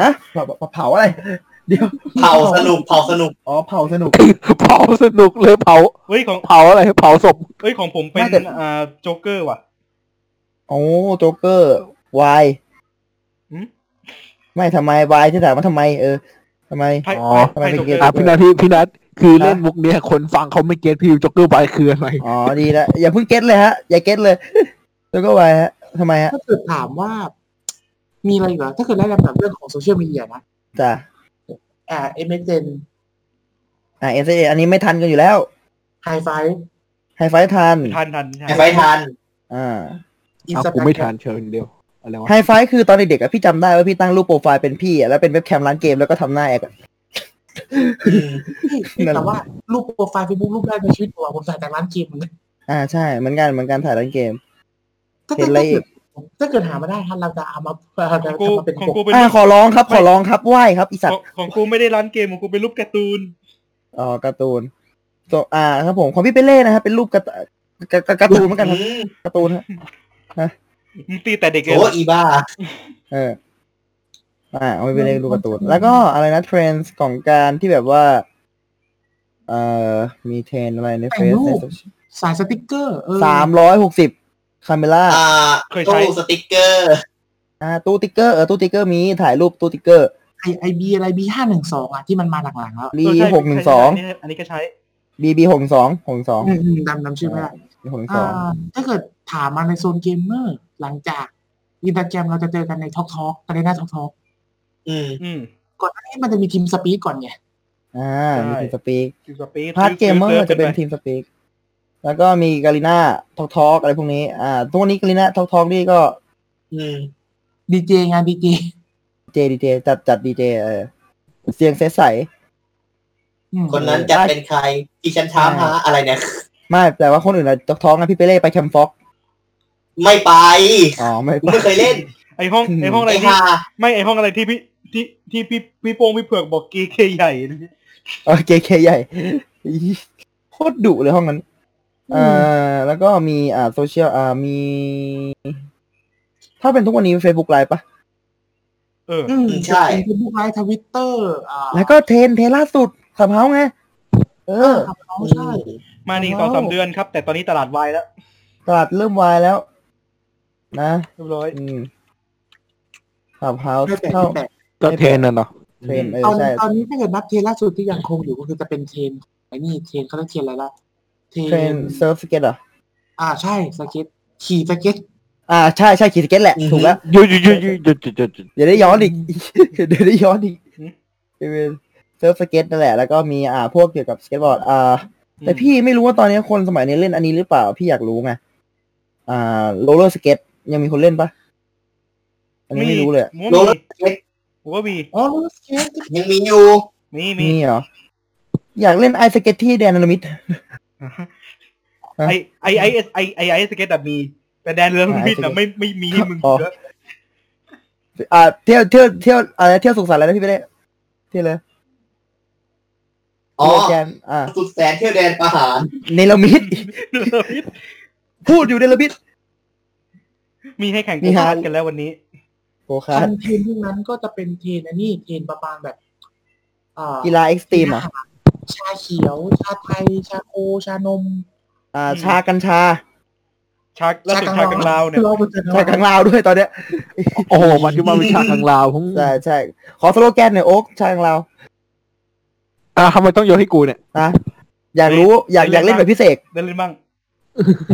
B: ฮะเผาเผาเผาอะไร เดี๋ยว
A: เผาสนุกเผาสนุก
B: อ๋อเผาสนุก
C: เผาสนุกเลยเผา
E: เฮ้ยของ
C: เผาอะไรเผาศพ
E: เฮ้ยของผมเป็น
B: น่าจะ
E: อ่าโจ๊กเกอร์ว่ะ
B: โอ้โจ๊กเกอร์วาย
E: หืม
B: ไม่ทำไมวายที่ถามว่าทำไม เออทำไม
E: ไพ่
C: อ๋อ
E: ไพ่
B: ทำไมเป็น
E: ไพ่โจ๊ก
B: เก
E: เกอ
B: ม
E: ร์
C: อ่ะพี่นัทพี่พี่นัทคือเล่นมุกเนี้ยคนฟังเขาไม่เก็ตพี่จ็อกเกอร์บายคืออะไร
B: อ๋อดีแล้วอย่าเพิ่งเก็ตเลยฮะ อย่าเก็ตเลย แล้วก็ไวฮะทำไมฮะ
G: ถ้าเกิดถามว่า มีอะไรอีกเหรอถ้าเกิดไล่ลำดับเรื่องของโซเชียลมีเดียนะ
B: จ้ะ
G: อ่าเอเมเจน
B: อ่าเอสเออันนี้ไม่ทันกันอยู่แล้ว
G: ไฮไฟ
B: ไฮไฟทัน
E: ทันทันทัน
A: ไฟทัน
B: อ่า
G: อิน
C: เอา
G: ส
C: กู
G: ตา
C: ไม่
G: แกร
C: ทั
G: ม
C: นเชิญเดียว อะไรวะ
B: ไฮไฟว์คือตอนเด็กๆอะพี่จำได้ว่าพี่ตั้งรูปโปรไฟล์เป็นพี่อะแล้วเป็นเว็บแคมร้านเกมแล้วก็ทำหน้าแอกอะ นั่นแหละ
G: แต่ว่ารูปโปรไฟล์เฟซบุ๊กรูปแรกในชีวิตผมอะผมถ่ายจากร้านเกมเหมือนกัน
B: อ่าใช่เหมือนกันเหมือนกันถ่ายร้านเกม
G: ถ้า
B: เห็
G: เกิ
B: น
G: ด
B: อะไรอีก
G: ถ้าเกิดหามาได้ทันเราจะเอามาเราจะ
E: ของกู
G: ทำมาเป็น
E: ข
G: ป
E: อง
G: ก
E: กูเป็น
B: อ่า
E: รูป
B: ขอร้องครับขอร้องครับไหวครับอีสัต
E: ของ
B: ว์
E: ของกูไม่ได้ร้านเกมของกูเป็นรูปการ์ตูน
B: อ๋อการ์ตูนตัวอ่าครับผมของพี่เปเล่นะครับเป็นรูปการ์ตการ์การ์การ์ตูนเหมือนกันครับ
A: อืม
B: การ์ตูนฮะ
E: มึงตีแต่เด็กเลย
A: โอ้อีบ้า
B: เอออ่าเอาไปเป็นรูปการ์ตูน แล้วก็อะไรนะเทรนด์ของการที่แบบว่าเอ่อมีเทรนด์อะไรในเฟซในโซเชียล
G: สายสติ๊กเกอร์เออ
B: สามร้อยหกสิบคาเมล่า
A: อ่า
E: เคยใช้
A: ตู้สติกเกอร์
B: อ่าตู้ติ๊กเกอร์เออตู้ติ๊กเกอร์มีถ่ายรูปตู้ติ๊กเกอร์
G: ไอไอบีอะไรบีห้าหนึ่งสองอ่ะ ที่มันมาหลังๆแล้ว
B: บี
E: เออใช่
B: หกหนึ่งสอง
E: ใช่ใช่อันนี้ก็ใช้
B: บีบีหกสองหกสอง
G: อืมอืมจำจำชื่อไม่ได้
B: หกส
G: อ่า
B: อง
G: ถ้าเกิดถามมาในโซนเกมเมอร์ หลังจากอินสตาแกรมเราจะเจอกันในท็อกท็อกกันในหน้าท็อกท็อก
A: อืม
E: อืม
G: ก่อนหน้านี้มันจะมีทีมสปีดก่อนไง
B: อ่า
E: ใช่
B: มีทีมสปีก
E: คือสปีด
B: พาร์ทเกมเมอ
E: ซื้
B: ร์จะเป็น
E: ไ
B: ทีมสปีกแล้วก็มีกาลิน่าทอกทอกอะไรพวกนี้ อ่าทุกวันนี้กาลิน่าทอกทอกนี่ก็
A: อืม
G: ดีเจงานดีเจ
B: เจดีเจจัดจัดดีเจเออเสียงเซใส
G: อืม
A: คนนั้นจะเป็นใครที่ฉันถามหาอะไรเนี่ย
B: ไม่แต่ว่าคนอื่นอะทอกทอกนะพี่เปเล่ไปแคมฟ็อก
A: ไม่ไป
B: อ๋อไม่
A: กูไม่เคยเล่น
E: ไอห้องไอห้องอะไร
A: ไอ้
E: ที่
A: ห่า
E: ไม่ไอห้องอะไรที่พี่ที่ที่พี่พี่โป้งพี่เผือกบอกกีเคใหญ่นะ
B: โอเคเคใหญ่ โคตรดุเลยห้องนั้นอ่าแล้วก็มีอ่าโซเชียลอ่ามี ถ้าเป็นทุกวันนี้ Facebook ไลฟ์ปะ
E: เออ
G: อืม
A: ใช่
G: เฟซบุ๊กไลฟ์ทวิตเตอร์อ่า
B: แล้วก็เทรนเทรนล่าสุดสับเฮาไง เออ
G: ครับน้องใช่
E: มานี่สองสาม
B: ว้าว
E: เดือนครับ แต่ตอนนี้ตลาดวายแล้ว
B: ตลาดเริ่มวายแล้ว นะ
E: เรียบร้อย
B: อืมสับเฮา
G: ไม่แปลก
B: เข้า
G: ไม่แปลก
C: ก็เทรนน่ะเนาะ
B: เทรนเออ
G: ตอน
B: ใช่
G: ตอนนี้ถ้าเกิดนับเทรนล่าสุดที่ยังคงอยู่ก็คือจะเป็นเทรนไอ้นี่เทรนเขาเรียกเทรนอะไรละเท
B: เทร
G: ร
B: น
G: น
B: เซิร์ฟสเก็ตเหรอ
G: อ่าใช่สเก็ตขี่สเก็ต
B: อ่าใช่ใช่ขี่สเก็ตแหละ ถูกแล้ว
C: หยุดหยุดหยุดหยุดหยุดหยุดหยุดหยุด
B: เดี๋ยวได้ย้อนอีก เดี๋ยวได้ย้อนอีก
E: อืม
B: เป็นเซิร์ฟสเก็ตนั่นแหละ แล้วก็มีอ่าพวกเกี่ยวกับสเก็ตบอร์ดอ่า แต่
E: อืม
B: พี่ไม่รู้ว่าตอนนี้คนสมัยนี้เล่นอันนี้หรือเปล่า พี่อยากรู้ไงอ่าโรลเลอร์สเก็ตยังมีคนเล่นปะอันนี้ไม่รู้เลยอะ
E: ผมว่ามีผมว่ามี
G: อ๋อรู้สเก็ต
A: ยังมีอยู่
E: มีมี
B: มีเหรออยากเล่นไอสเก็ตที่แดนนามิด
E: ไอไอไอเอสไอไอไอสเก็ตแต่มี แต่แดนเรื่อง
B: อ่า
E: มิดแต่
B: skate
E: ไม่ไม่มีให้มึง
B: อ๋อ
E: เยอะ
B: อ่าเที่ยวเที่ยวเที่ยวอะไรเที่ยวสุขสันต์อะไรนะพี่ไปได้เที่ยวเลย
A: อ๋อ
B: เที่ยวแกนอ่า
A: สุดแสนเที่ยวแดนประหาร
B: เนลมิด พูดอยู่เนลมิด
E: มีให้แข่ง
B: มี
E: กู
B: ฮะ
E: พาร์ทกันแล้ววันนี้
B: โกคาร์ท
G: เทรนที่นั้นก็จะเป็นเทรนอันนี้เทรนประมาณแบบอ่า
B: กีฬาเอ็กซ์ตรีมเหรอ
G: ชาเขียว ชาไทย ชาโคชานม
B: อ่า ชากัญชา
E: ชักล่าสุดชากังลาวเนี่ย
G: รอมันจะ
B: ชากังลาวด้วยตอนเนี้ย
C: โอ้โหมันจะมาวิชาทางลาวพุ่ง
B: ใช่ใช่ขอสโลแกนหน่อยโอ๊กชากังลาว
C: อ่ะทำไมต้องโยนให้กูเนี่ย
B: นะอยากรู้อยาก
E: เล่น
B: อยากเล่นแบบพิเศษ
E: ได้เล่นบ้าง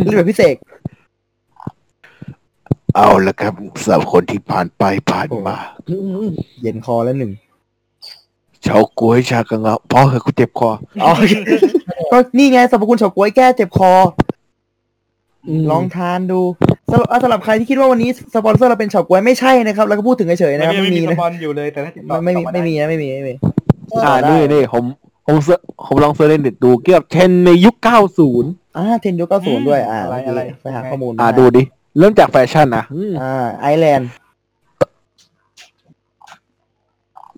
B: เล่นแบบพิเศษ
H: เอาละครับสำหรับคนที่ผ่านไปผ่านมา
B: เย็นคอแล้วหนึ่ง
H: เฉาก้วยชากังเอาพอเหอะกูเจ็บคอ
B: อ๋อก็นี่ไงสรรพคุณเฉาก๊วยแก้เจ็บคอ ลองทานดูสำหรับอ่ะสำหรับใครที่คิดว่าวันนี้สปอนเซอร์เราเป็นเฉาก๊วยไม่ใช่นะครับแล้วก็พูดถึงเฉยๆ
E: แล้
B: นะ
E: ว
B: ครั
E: ก็
B: บ
E: ยั
B: ไม่
E: ง ไม่
B: มี
E: มีส
B: นะ
E: ปอนอยู่เลยแต่ถ้าติดต่อ
B: ไม่มี
E: ต่อ
B: ไม่
E: ด้
B: มีนะไม่มีไม่มี
C: อ่านี่นี่ผมผมเสิร์ชผมลองเซิร์ชในเน็ตดูเกี่ยวกับเทรนในยุค 90
B: อ่าเทนยุคเก้าศูนย์ด้วย อ่า
E: อะไรอะไร
B: ไปหาข้อมูล
C: อ่า
B: นะ
C: ดูดิ เริ่มจากแฟชั่นนะอืม
B: อ่าไอแลนด์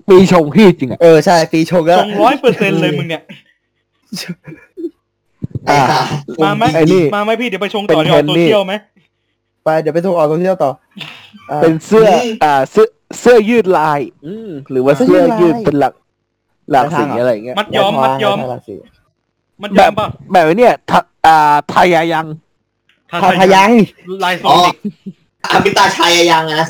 C: ปีชงที่จริงอ่ะ
B: เออ ใช่ปีชงก็
E: ตรงร้อยเปอร์เซ็นต์เลยมึงเนี่ย
C: อ่า
E: มาไหม
C: ไอ้นี่
E: มาไหมพี่เดี๋ยวไปชง
C: เป็น
E: ต่อในออก
C: แทน
E: โซ
C: นี่
E: เชียลไหม
B: ไปเดี๋ยวไปส่งออกโซเชียลต่ออ่า
C: เป็นเสื้อ
A: นี่
C: อ่า เสื้อเสื้อยืดลาย อืมหรือว่า
B: เสื้
C: เสื้
B: อ
C: อ
B: ยืดลาย
C: ยืดเป็นหลัก หลักสี
B: หลายทางเหรออ
C: อะไรอย่างเงี้ย
E: มัดย้อม มัดย้อม
B: ได้ทางหลักสี่
E: มัดย้อมเปล่ะ
C: แบบเนี้ยทะอ่าทายายัง
B: ทาทายัง
E: ลายโซ
A: อ๋อ
E: นิก
A: อภิตาชัยยังนะ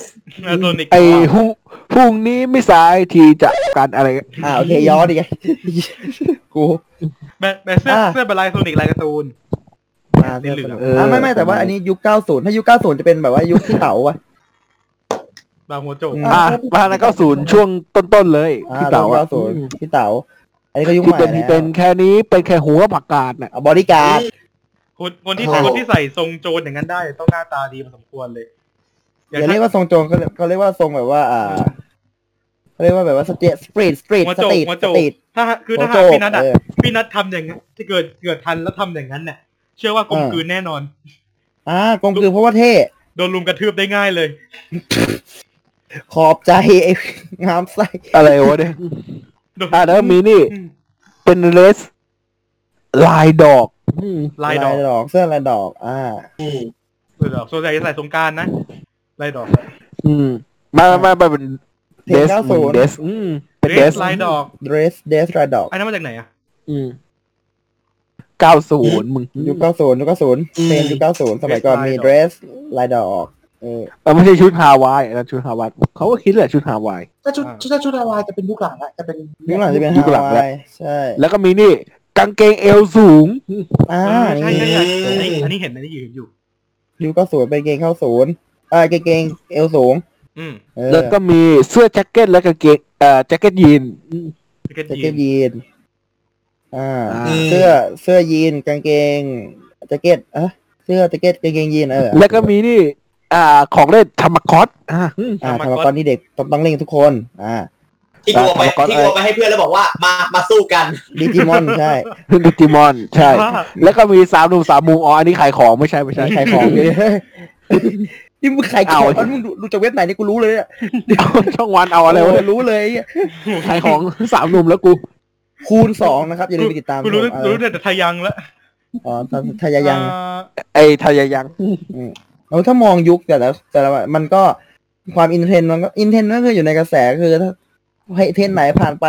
E: ลายโซนิก
C: ไอ้หุ่งหุ่งนี้ไม่สายที่จะการอะไร
B: อ่าโอเคย้อนดีไงกู
E: แบบแบบเสื้อ
B: อ่า
E: เสื้อแบบลายโซนิกลายการ์ตูน
B: อ่าเสื้อเป็น
C: เออ
B: อ่าไม่ไม่แต่ว่าอันนี้ยุคเก้าศูนย์ถ้ายุคเก้าศูนย์จะเป็นแบบว่ายุคที่เต๋าอ่ะ
E: บางหัวโจก
B: อืม
C: อ่ามาแล้วก็ศูนย์ช่วงต้นๆเลย
B: อ่า
C: พี่
B: เก้า
C: เต๋าอ่ะ
B: ศูนย์พี่เต๋าอันนี้ก็ยุคให
C: ที่
B: ม่
C: เป็น
B: แล้
C: ที่
B: ว
C: เป็นแค่นี้เป็นแค่หัวผักกาดน่ะ
B: อ่ะบอดี้การ์ด
E: คนคนที่
A: โอ้โห
E: คนที่ใส่ทรงโจรอย่างนั้นได้ ต้องหน้าตาดีพอสมควรเลย
B: อ
E: อ
B: ย่าเรียกว่าทรงโจงเขาเขาเรียกว่าทรงแบบว่า อ่าเขาเรียกว่าแบบว่าสเตทสตรีทสตรีท
E: หัว
B: ส
E: โจก
B: ตรีท
E: หัว
B: ส
E: โจก
B: ตรีท
E: ถ้าคือถ้า
B: หัวโจ
E: หาก พี่นัทอ่ะ
B: เออ
E: พี่นัททำอย่างนั้นเกิดเกิดทันแล้วทำอย่างนั้นเนี่ยเชื่อว่ากลม
B: อ่า
E: กลืนแน่นอน
B: อ่ากลมกลืนเพราะว่าเท่
E: โดนลุมกระทืบได้ง่ายเลย
B: ขอบใจ ไอ้งามไส้
C: อะไร วะเนี่ย
E: โดน
C: อ่ะแล้วมีนี่
E: อืม
C: เป็นเลสลายดอก
E: ลายดอก
B: ดอกเสื้อลายดอก อ่า
E: ลายดอกส่วนใหญ่ใส่สงกรารนะลายดอก
C: อืม มามามาเป็นเดส
B: เก้าศูนย์
C: เดสอืมเป็น
E: เด
C: เดส
E: สลายดอก
B: dress dress ลายดอก
E: อันนั้นมาจากไหนอ่ะ
C: อืมเก้าศูนย์มึง
B: ยุคเก้าศูนย์ยุคเก้าศูนย์เทรนด์ยุคเก้าศูนย์สมัยก่อนมี dress ลายดอกเออ
C: มันไม่ใช่ชุดฮาวายนะชุดฮาวายเขาก็คิดแหละชุดฮาวาย
G: ถ้าชุดชุดชุดฮาวายจะเป็นยุคหลังละจะเป็น
B: ยุคหลังจะเป็น
C: ยุคหลัง
B: ฮา
C: แล้ว
B: วายใช่
C: แล้วก็มีนี่ กางเกงเอวสูง
B: อ่า
E: เออใช่ใช่ใช่
A: อืม
E: อันนี้อันนี้เห็นอันนี้อยู่เห็นอยู่
B: ยุคเก้าศูนย์เป็นเกงเข้าศูนย์อ่าเกงเกงเอวสูง
E: อืม
B: เออ
C: แล้วก็มีเสื้อแจ็คเก็ตและกางเกงเอ่อแจ็คเก็ตยีน
E: แจ็คเก็ต
B: แจ็ค
E: ยี
B: เก็ต
E: น
B: ยีนอ่า
C: อ่า
B: เสื้อเสื้อยีนกางเกงแจ็คเก็ตอะเสื้อแจ็คเก็ตกางเกงยีนเออ
C: แล้วก็มีนี่ อ่า ของเล่นธรรมคอสอ่า
B: อ่าทำมาก่อนนี่เด็กต้องต้องเล่นทุกคนอ่า
A: ที่กลัวไปที่กลัวไปให้เพื่อนแล้วบอกว่ามามาสู้กัน
B: ดิจิมอนใช่
C: พึ่งดิจิมอน ใช่ แล้วก็มีสามหนุ่มสามมุมอ๋ออันนี้ขายของไม่ใช่ไม่ใช่
B: ใช่ขายของเลย นี่มึงขายขอ
C: เอา
B: งอันมึงดูดูจากเว็บไหนนี่กูรู้เลยเนี่ย
C: เอาช่องวันเอาอะไรวะ
B: โยรู้เลยไอ้เหี้ย
C: ขายของสามหนุ่มแล้วกู
B: คูณสองนะครับอย่าลืมไปติดตาม
E: กูรู้
B: เออ
E: รู้แต่ทายังแล้ว
B: อ๋อตอนทายายัง
E: อ่า
C: ไอ้ทายายัง
B: เอาถ้ามองยุคแต่ละแต่ละมันก็ความอินเทรนด์มันก็อินเทรนด์ก็คืออยู่ในกระแสคือถ้าให้เทรนด์ไหนผ่านไป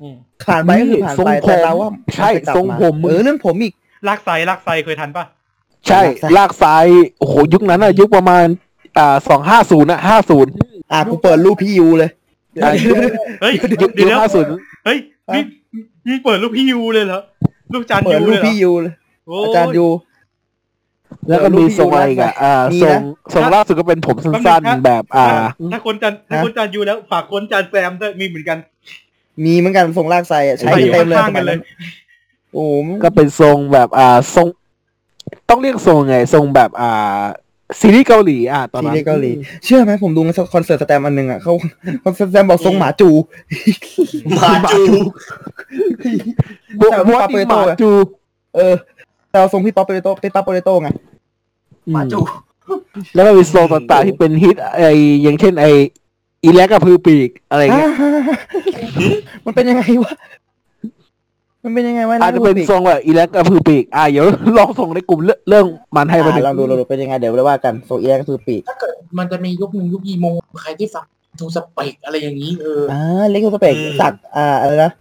E: อืม
B: ผ่านไปก็คือผ่าน
C: ทรง
B: ไป
C: ผม
B: แต่เราว่า
C: ใช่
B: นจะกลับา
C: ทรงผมมึง
B: เออเรื่องผมอีก
E: ลากไซลากไซเคยทันปะ
C: ใช่ ลากซ้าย โอ้โห ยุคนั้นอะยุคประมาณ อ่าสองห้าศูนย์ะห้าศูนย์
B: อ่ะกูเปิดรูปพี่ยูเลย
E: เฮ้ย
C: ยุค
E: เดี๋ยว
C: ห้าศูนย์
E: เฮ้ยนี่มึงเปิดลูกพี่ยูเลยเหรอลูกจาน
B: เปิด
E: ยู
B: รูป
E: เลยเหร
B: พี่
E: อ
B: ยูเลย
E: โอ้
B: อาจารย์ยู
C: แล้วก็มีทรงอะไรอีกอะอ่า
B: มี
C: ทรง
B: นะ
C: ทรงล่าสุดก็เป็นผมสั้นๆแบบ อ่า
E: ถ้าถ้าคนจันถ้าคนจานยูแล้วฝากคนจานแซมด้วยมีเหมือนกัน
B: มีเหมือนกันทรงลากไซอ่ะใช้
E: ใส่อยู่
B: เต็มเลย
E: ข้างๆกันเลย
B: โอ้โห
C: ก็เป็นทรงแบบอ่าทรง ต้องเรียกทรงไงทรงแบบอ่าซีรีส์เกาหลีอ่ะตอน
B: ซี
C: นั้น
B: รีส์เกาหลี เชื่อไหมผมดูคอนเสิร์ตสแตมอันหนึ่งอ่ะเขาคอนเสิร์ตสแตมบอกทรงหมาจู
A: มาจู
C: บวกบวก
B: แต่ว่าปาเป
C: อีห
B: โต้
C: มา
B: อะ
C: จู
B: เออแต่เราทรงพี่ป๊อปโปเตโต้พี่ป๊อปโปเตโต้ไง
A: มาจู
C: แล้วก็มีโซนต่างๆที่เป็นฮิตไออย่างเช่นไออีแลกกับพือปีกอะไรเงี้ย
B: มันเป็นยังไงวะ มันเป็นยังไงวะ
C: อาจจะเป็นทรงแบบอีแลกกับพือปีกอ่ะเดี๋ยว ลองส่งในกลุ่มเรื่องเรื่องมันให้ไป
B: อ่าลองดูลองดูเป็นยังไงเดี๋ยวเราว่ากันโซเอียก็คือปีก
G: ถ้าเกิดมันจะมียุคหนึ่งยุคยีโมใครที่ฟังดูสเปกอะไรอย่างนี้เออ
B: อ่าเล็กโซเปกสักอ่าอะไรนะ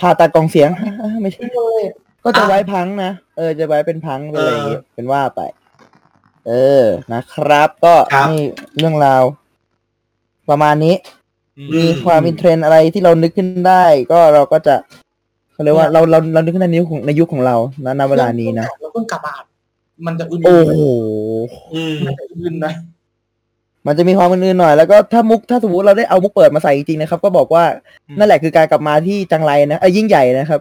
B: ผ่าตัดกล่องเสียงอ่าไม่ใช่ ก็จะไว้พังนะเออจะไว้เป็นพังเป็นอะไรอย่างงี้เป็นว่าไป เออนะครับ ก็
A: ครับ
B: นี่เรื่องราว ประมาณนี้ มีความอินเทรนด์อะไรที่เรานึกขึ้นได้ ก็เราก็จะเขาเรียกว่าเราเราเรานึกขึ้นในยุคของในยุคของเรานะณเวลานี้นะ
G: เราเพิ่งกลับมาอัดมันจะอื่นๆ
B: โอ้โห
A: อืม
G: มันจะอื่นๆนะ
B: มันจะมีความอื่นๆหน่อย แล้วก็ถ้ามุกถ้าสมมติเราได้เอามุกเปิดมาใส่จริงๆนะครับ ก็บอกว่า
E: อืม
B: นั่นแหละคือการกลับมาที่จังไรนะเอ้ยยิ่งใหญ่นะครับ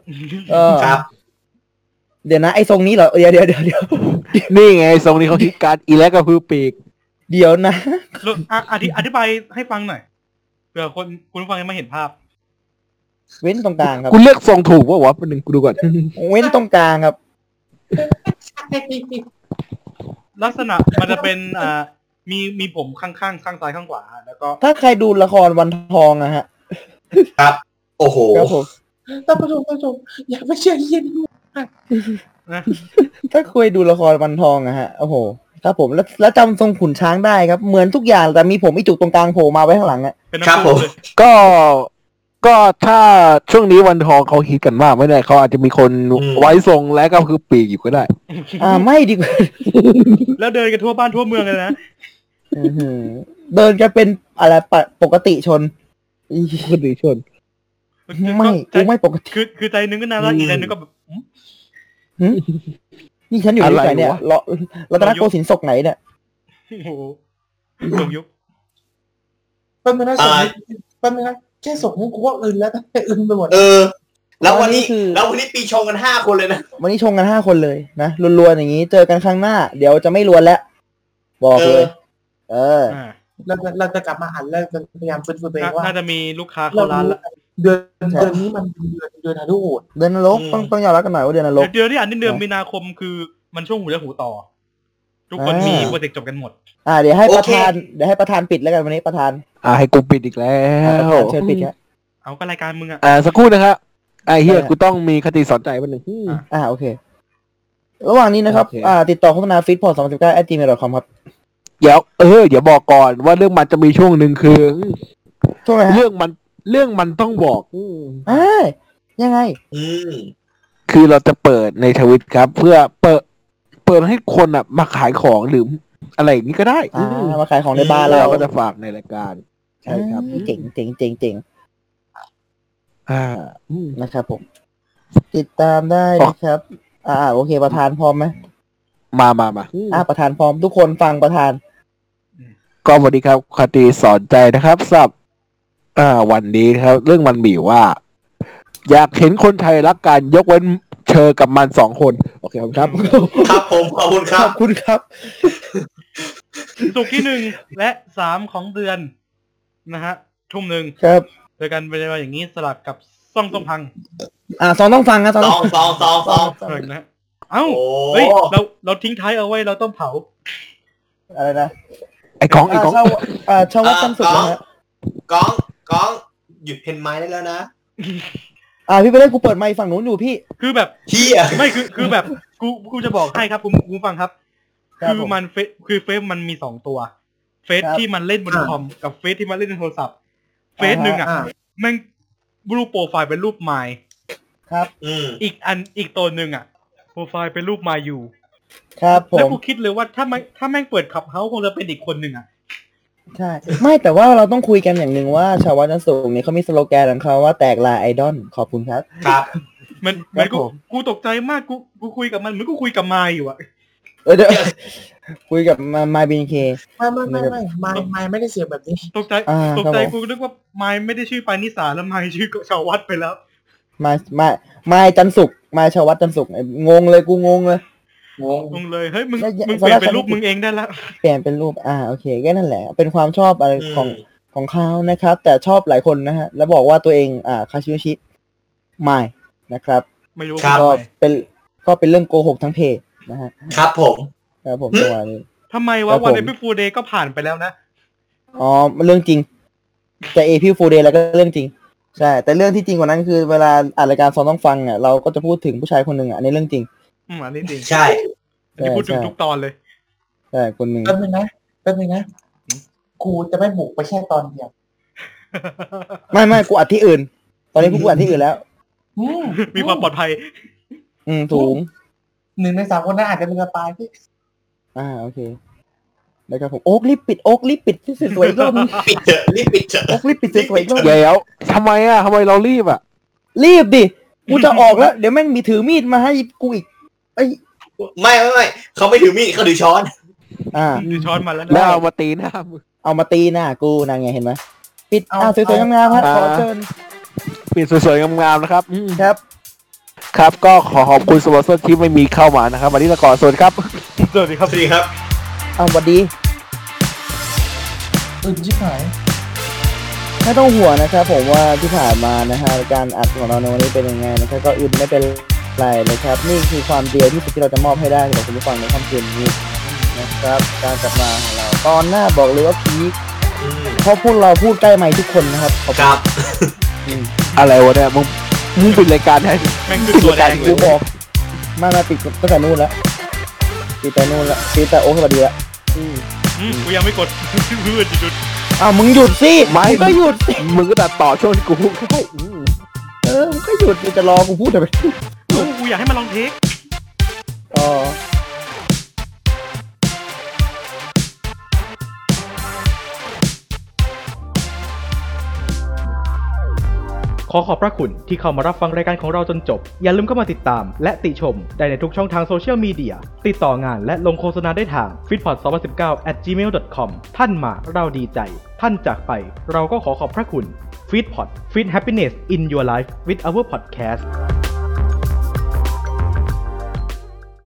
B: เออ
A: ครับ
B: เดี๋ยวนะไอ้ทรงนี้เหรอเดี๋ยวเดี๋ยวเดี๋ยวเดี๋ยว
C: นี่ไงทรงนี้เขาฮิตการอีแลกกับพือปีก
B: เดี๋ยวนะ
E: แล้วอ่ะอธิอธิบายให้ฟังหน่อยเผื่อคนคุณผู้ฟังยังไม่เห็นภาพ
B: เว้นตรงกลางครับ
C: กูเลือกทรงถูกว่าวะเป็นหนึ่งกูดูก่อน
B: เว้นตรงกลางครับ
E: ลักษณะมันจะเป็นอ่ามีมีผมข้างข้างข้างซ้ายข้างขวา แล้วก็
B: ถ้าใครดูละครวันทองนะฮะ
A: โอ้โห
B: ครับผม
G: ท่านผู้ชมท่านผู้ชมอย่าไปเชื่อเย็นดู
E: นะ
B: ถ้าเคยดูละครวันทองนะฮะโอ้โหครับผมแล้วแล้วจำทรงขุนช้างได้ครับ เหมือนทุกอย่างแต่มีผมไอจุกตรงกลางโผล่มาไว้ข้างหลังอะ
E: เป็น
A: ครับ
E: น้ำ
A: ผ
E: พุ
A: ม
E: เลย
C: ก็ก็ถ้าช่วงนี้วันทองเขาฮิตกันมากไม่ได้เขาอาจจะมีคน
A: อืม
C: ไว้ทรงแลกกับพือปีกอยู่ก็ได้
B: อ่าไม่ดีกว่า
E: แล้วเดินกันทั่วบ้านทั่วเมืองเลยนะ
B: อื้อหือเดินจะเป็นอะไรปะปกติชนปกติชน ไม่กูไม่ปกติ
E: คือคือใจนึงก็น่ารักอีกใจนึงก็แบบอืม
B: นี่ฉันอยู่ใน
C: อะไร
B: ไหนเนี่ยว
C: ะ
B: รอรัตนโกสินทร์ศกไหนเนี่ย
E: โอ้โหสมยุค
G: แป๊บนึงนะ
A: อ่า
G: แป๊บนึงนะแค่ส่งนี่กูว่าอื่นแล้วนะอื่นไปหมด
A: เออ แล้ววันนี้
B: วันนี้คือ
A: แล้ววันนี้ปีชงกันห้าคนเลยนะ
B: วันนี้ชงกันห้าคนเลยนะรวนๆอย่างนี้ เจอกันครั้งหน้า เดี๋ยวจะไม่รวนแล้ว บอก
A: เอ
B: เล
A: อ
B: ย เออ
E: อ่า
G: เราจะเราจะกลับมาหันแล้วจะพยายามฟื้นฟูตัวเองว่า
E: น่าจะมีลูกค้า
G: เรา
E: เข้าร้านละ
G: เดือนเดือนนี้มันเดือนเดือนฮารุโหด
B: เดือนนรกต้องต้องยอมรับกันหน่อยว่าเดือนนรก
E: เดือนที่อันนี้เดือนมีนาคมคือมันช่วงหูและหูต่อ ทุกคน
B: อ่ามี
E: มีโปรเจกต์จบกันหมด
B: อ่าเดี๋ยวให้ประธาน
A: โอเค
B: เดี๋ยวให้ประธานปิดแล้วกันวันนี้ประธาน
C: อ่าให้กูปิดอีกแล้
B: ประธาน
C: ว
B: เชิญปิดครับ
E: เอาก็รายการมึงอะ
C: อ่าสักครู่นะครับไอ้เฮียกูต้องมีคติสอนใจมันหนึ่ง
B: อ่าโอเค ระหว่างนี้นะครับ
C: โอเค
B: อ่า ติดต่อโฆษณาฟีดพอร์ต2019 at gmail.com ครับ
C: เดี๋ยวเออเดี๋ยวบอกก่อนว่าเรื่องมันจะมีช่วงหนึ่งคือ
B: ช่วงไหนฮะ
C: เรื่องมันเรื่องมันต้องบอกอืม
B: อ่ายังไง
A: อืม
C: คือเราจะเปิดในทวิตครับ เพื่อเปิดเปิดให้คนอ่ะมาขายของหรืออะไรอย่างนี้ก็ได้
B: อ่า
C: อืม
B: มาขายของในบ้านเรา
C: เราก็จะฝากในรายการ ใช่ครับ
B: อ่าเจ๋งเจ๋งเจ๋งเจ๋ง
C: อ่าอืม
B: นะครับผม ติดตามได้นะครับ อ่า โอเค ประธานพร้อมไหม
C: มามามาอืม
B: อ่า ประธานพร้อมทุกคนฟังประธาน
C: ก็สวัสดีครับคติสอนใจนะครับสำหรับอ่า วันนี้นะครับ เรื่องมันมีอยู่ว่า อยากเห็นคนไทยรักกันยกเว้นเชอกับมันสองคน โอเคครับครับ
A: ครับผมขอบคุณค
B: ข
A: รั
B: อบ บคุณครับ
E: สุกร์ที่หนึ่ง และสามของเดือนนะฮะทุ่มหนึ่ง
B: ครับ
E: เจอกันเป็นเวลาอย่างนี้สลับกับซ่องต้องพัง
B: อ่าซองต้องฟังนะซอง
A: ส
B: ต้
A: อ
B: อง
A: งสองสองสอง
E: เออนะเอ้า
A: โอ้
E: เฮ้ยเราเราทิ้งท้ายเอาไว้เราต้องเผา
B: อะไรนะ
C: ไอ้ของไอ้
B: อ่า
C: ของ
B: เช่าอ่าเช่าวัดสั้นสุดนะฮะ
A: ก้องก้องหยุดเพนไม้ได้แล้วนะ
B: อ่าพี่ไปเล่นกูเปิดไมค์ฝั่งนู้นอยู่พี่
E: คือแบบ
A: เฮีย
E: ไม่คือคือแบบกูกูจะบอกให้ครับคุณคุณผู้ฟังครับ
B: ครับ
E: คือ
B: ผม
E: มันเฟซคือเฟซมันมีสองตัว เฟซ
B: ครับ
E: ที่มันเล่นบน
G: อ่า
E: คอมกับเฟซที่มันเล่นในโทรศัพท์ เฟซหนึ่งอ่ะ
G: อ่า
E: แม่งรูปโปรไฟล์เป็นรูปไมล์
A: อืม
E: อีกอันอีกตัวหนึ่งอ่ะโปรไฟล์เป็นรูปไมล์อยู่
B: ครับผ
E: แล้ว
B: ม
E: กูคิดเลยว่าถ้าแม่งถ้าแม่งเปิดขับเฮาคงจะเป็นอีกคนหนึ่งอ่ะ
B: ใช่ ไม่แต่ว่าเราต้องคุยกันอย่างหนึ่งว่าชาววัดชั้นสูงเนี่ยเขามีสโลแกนของเขาว่าแตกลายไอดอลขอบคุณครับ
A: ครับ
E: มัน
B: ครั
E: มั
B: บ
E: นกู
B: ผม
E: กูตกใจมากกูกูคุยกับมันเหมือนกูคุยกับไมล์อยู่อ่ะ
B: เออเดี๋ยว คุยกับมามาบินเค
G: ไม่ไม่ไม่ไม่ไม่ไม่ไม่ได้เสียงแบบนี้
E: ตกใจ
B: อ่า
E: ตกใจ
B: ครับผม
E: กูนึกว่าไมล์ไม่ได้ชื่อปานิสาแล้วไมล์ชื่อชาววัดไปแล้ว
B: มามามาจันสุกมาชาววัดจันสุกงงเลยกูงงเลย
G: งง
E: มึงเลยเฮ้ยมึง
B: อย่าอย่า
E: มึงเปลี่ยนเป็น
B: สำหรับ
E: รูปมึงเองได้ละ
B: เปลี่ยนเป็นรูปอ่าโอเคก็นั่นแหละ เป็นความชอบอะไร
A: อืม
B: ของของเขานะครับ แต่ชอบหลายคนนะฮะ แล้วบอกว่าตัวเองอ่าคาชิโนชิไม่นะครับ
E: ไม่รู้
A: ครับ
B: ก็
E: ทำไม
B: เป็นก็เป็นเรื่องโกหกทั้งเพจนะฮะ
A: ครับผม
B: ครับผมประมาณนี้
E: ทำไม
B: ครั
E: วะ
B: บผม
E: วันเอพิฟูเดย์ก็ผ่านไปแล้วนะ
B: อ๋อเรื่องจริง แต่เอพิฟูเดย์แล้วก็เรื่องจริง ใช่ แต่เรื่องที่จริงกว่านั้นคือเวลาอ่านรายการซองต้องฟังอ่ะเราก็จะพูดถึงผู้ชายคนหนึ่งอ่ะอันนี้เรื่องจริง
E: อืมอันนี้จริง
A: ใช่
E: อันนี้พูดถึง
B: ใช่
E: ทุกตอนเลย
B: ใช่คนหนึ่ง
G: แป๊บนึงนะแป๊บนึงนะ กูจะไม่บุกไปแค่ตอนเดียว
B: ไม่ไม่กูอัดที่อื่น ตอนนี้กูอัดที่อื่นแล้ว
G: อืม
E: มีความปลอดภัย
B: อืมสูง
G: หนึ่งในสามคนนั้นอาจจะเป็นสปายที่
B: อ่าโอเคนะครับผมโอ๊กรีบปิดโอ๊กรีบปิดที่สวยๆอีกรอบนึง
A: ปิดเถอะรีบปิดเถอะ
B: โอ๊กรีบปิดสวยๆอีกรอบนึง
C: เดี๋ยวทำไมอ่ะทำไมเรารีบอ่ะ
B: รีบดิกูจะออกแล้ว เดี๋ยวแม่งมีถือมีดมาให้กูอีก
A: ไม่ไม่ไม่เขาไม่ถือมีดเขาถือช้อน
B: อ่า
E: ดูช้อนมาแล้ว
C: แล้ว
E: นะ
C: เอามาตีหน้ามึง
B: เอามาตีหน้ากูนางไงเห็นไหมปิดอ่าสวยๆงามๆครับขอเชิญ
C: ปิดสวยๆงามๆนะครับอืม
B: ครับ
C: ครับ ก็ขอขอบคุณสปอนเซอร์ที่ไม่มีเข้ามานะครับ วันนี้ละก่อนสวัสดีครับ
E: สวัสดีค
A: ส
E: รับ
A: วัสดีครับ
B: เอาสวัสดี
G: อื่นชิบหาย
B: ไม่ต้องห่วงนะครับผมว่าที่ผ่านมานะฮะการอัดของเราในวันนี้เป็นยังไงนะครับก็อื่นไม่เป็นไรนะครับ นี่คือความเดียวที่สุดที่เราจะมอบให้ได้สำหรับคุณผู้ฟังในค่ำคืนนี้นะครับ การกลับมาของเราตอนหน้าบอกเลยว่าพีค
A: อืม
B: เพราะพูดเราพูดใกล้ไมค์ทุกคนนะครับขอบ
A: ค
B: คุณ
A: รับ
C: อะไรวะเนี่ยมึงมึงปิดรายการให้
E: แม่งคือตัวแดงเล
B: กู
E: ย
B: บอกมามาปิดตั้งแต่นู่นแล้วปิดแต่นู่นแล้วปิดแต่โอ้สวัสดีละอืม
E: อืมกูยังไม่กด พื้นจุด
B: อ้าวมึงหยุดสิ
C: ไม่
B: งก็หยุดสิ
C: มึงก็ตัดต่อช่วงที่กูพูดเข้าอืม
B: เออมึงก็หยุดมึงจะรอกูพูดทำไม
E: กูอยากให้มันลองเทค
B: อ๋อ
I: ขอขอบพระคุณที่เข้ามารับฟังรายการของเราจนจบ อย่าลืมเข้ามาติดตามและติชมได้ในทุกช่องทางโซเชียลมีเดีย ติดต่องานและลงโฆษณาได้ทาง f i t p o d 2019 at gmail.com ท่านมาเราดีใจ ท่านจากไป เราก็ขอขอบพระคุณ f i t p o d Fit Happiness in Your Life with our podcast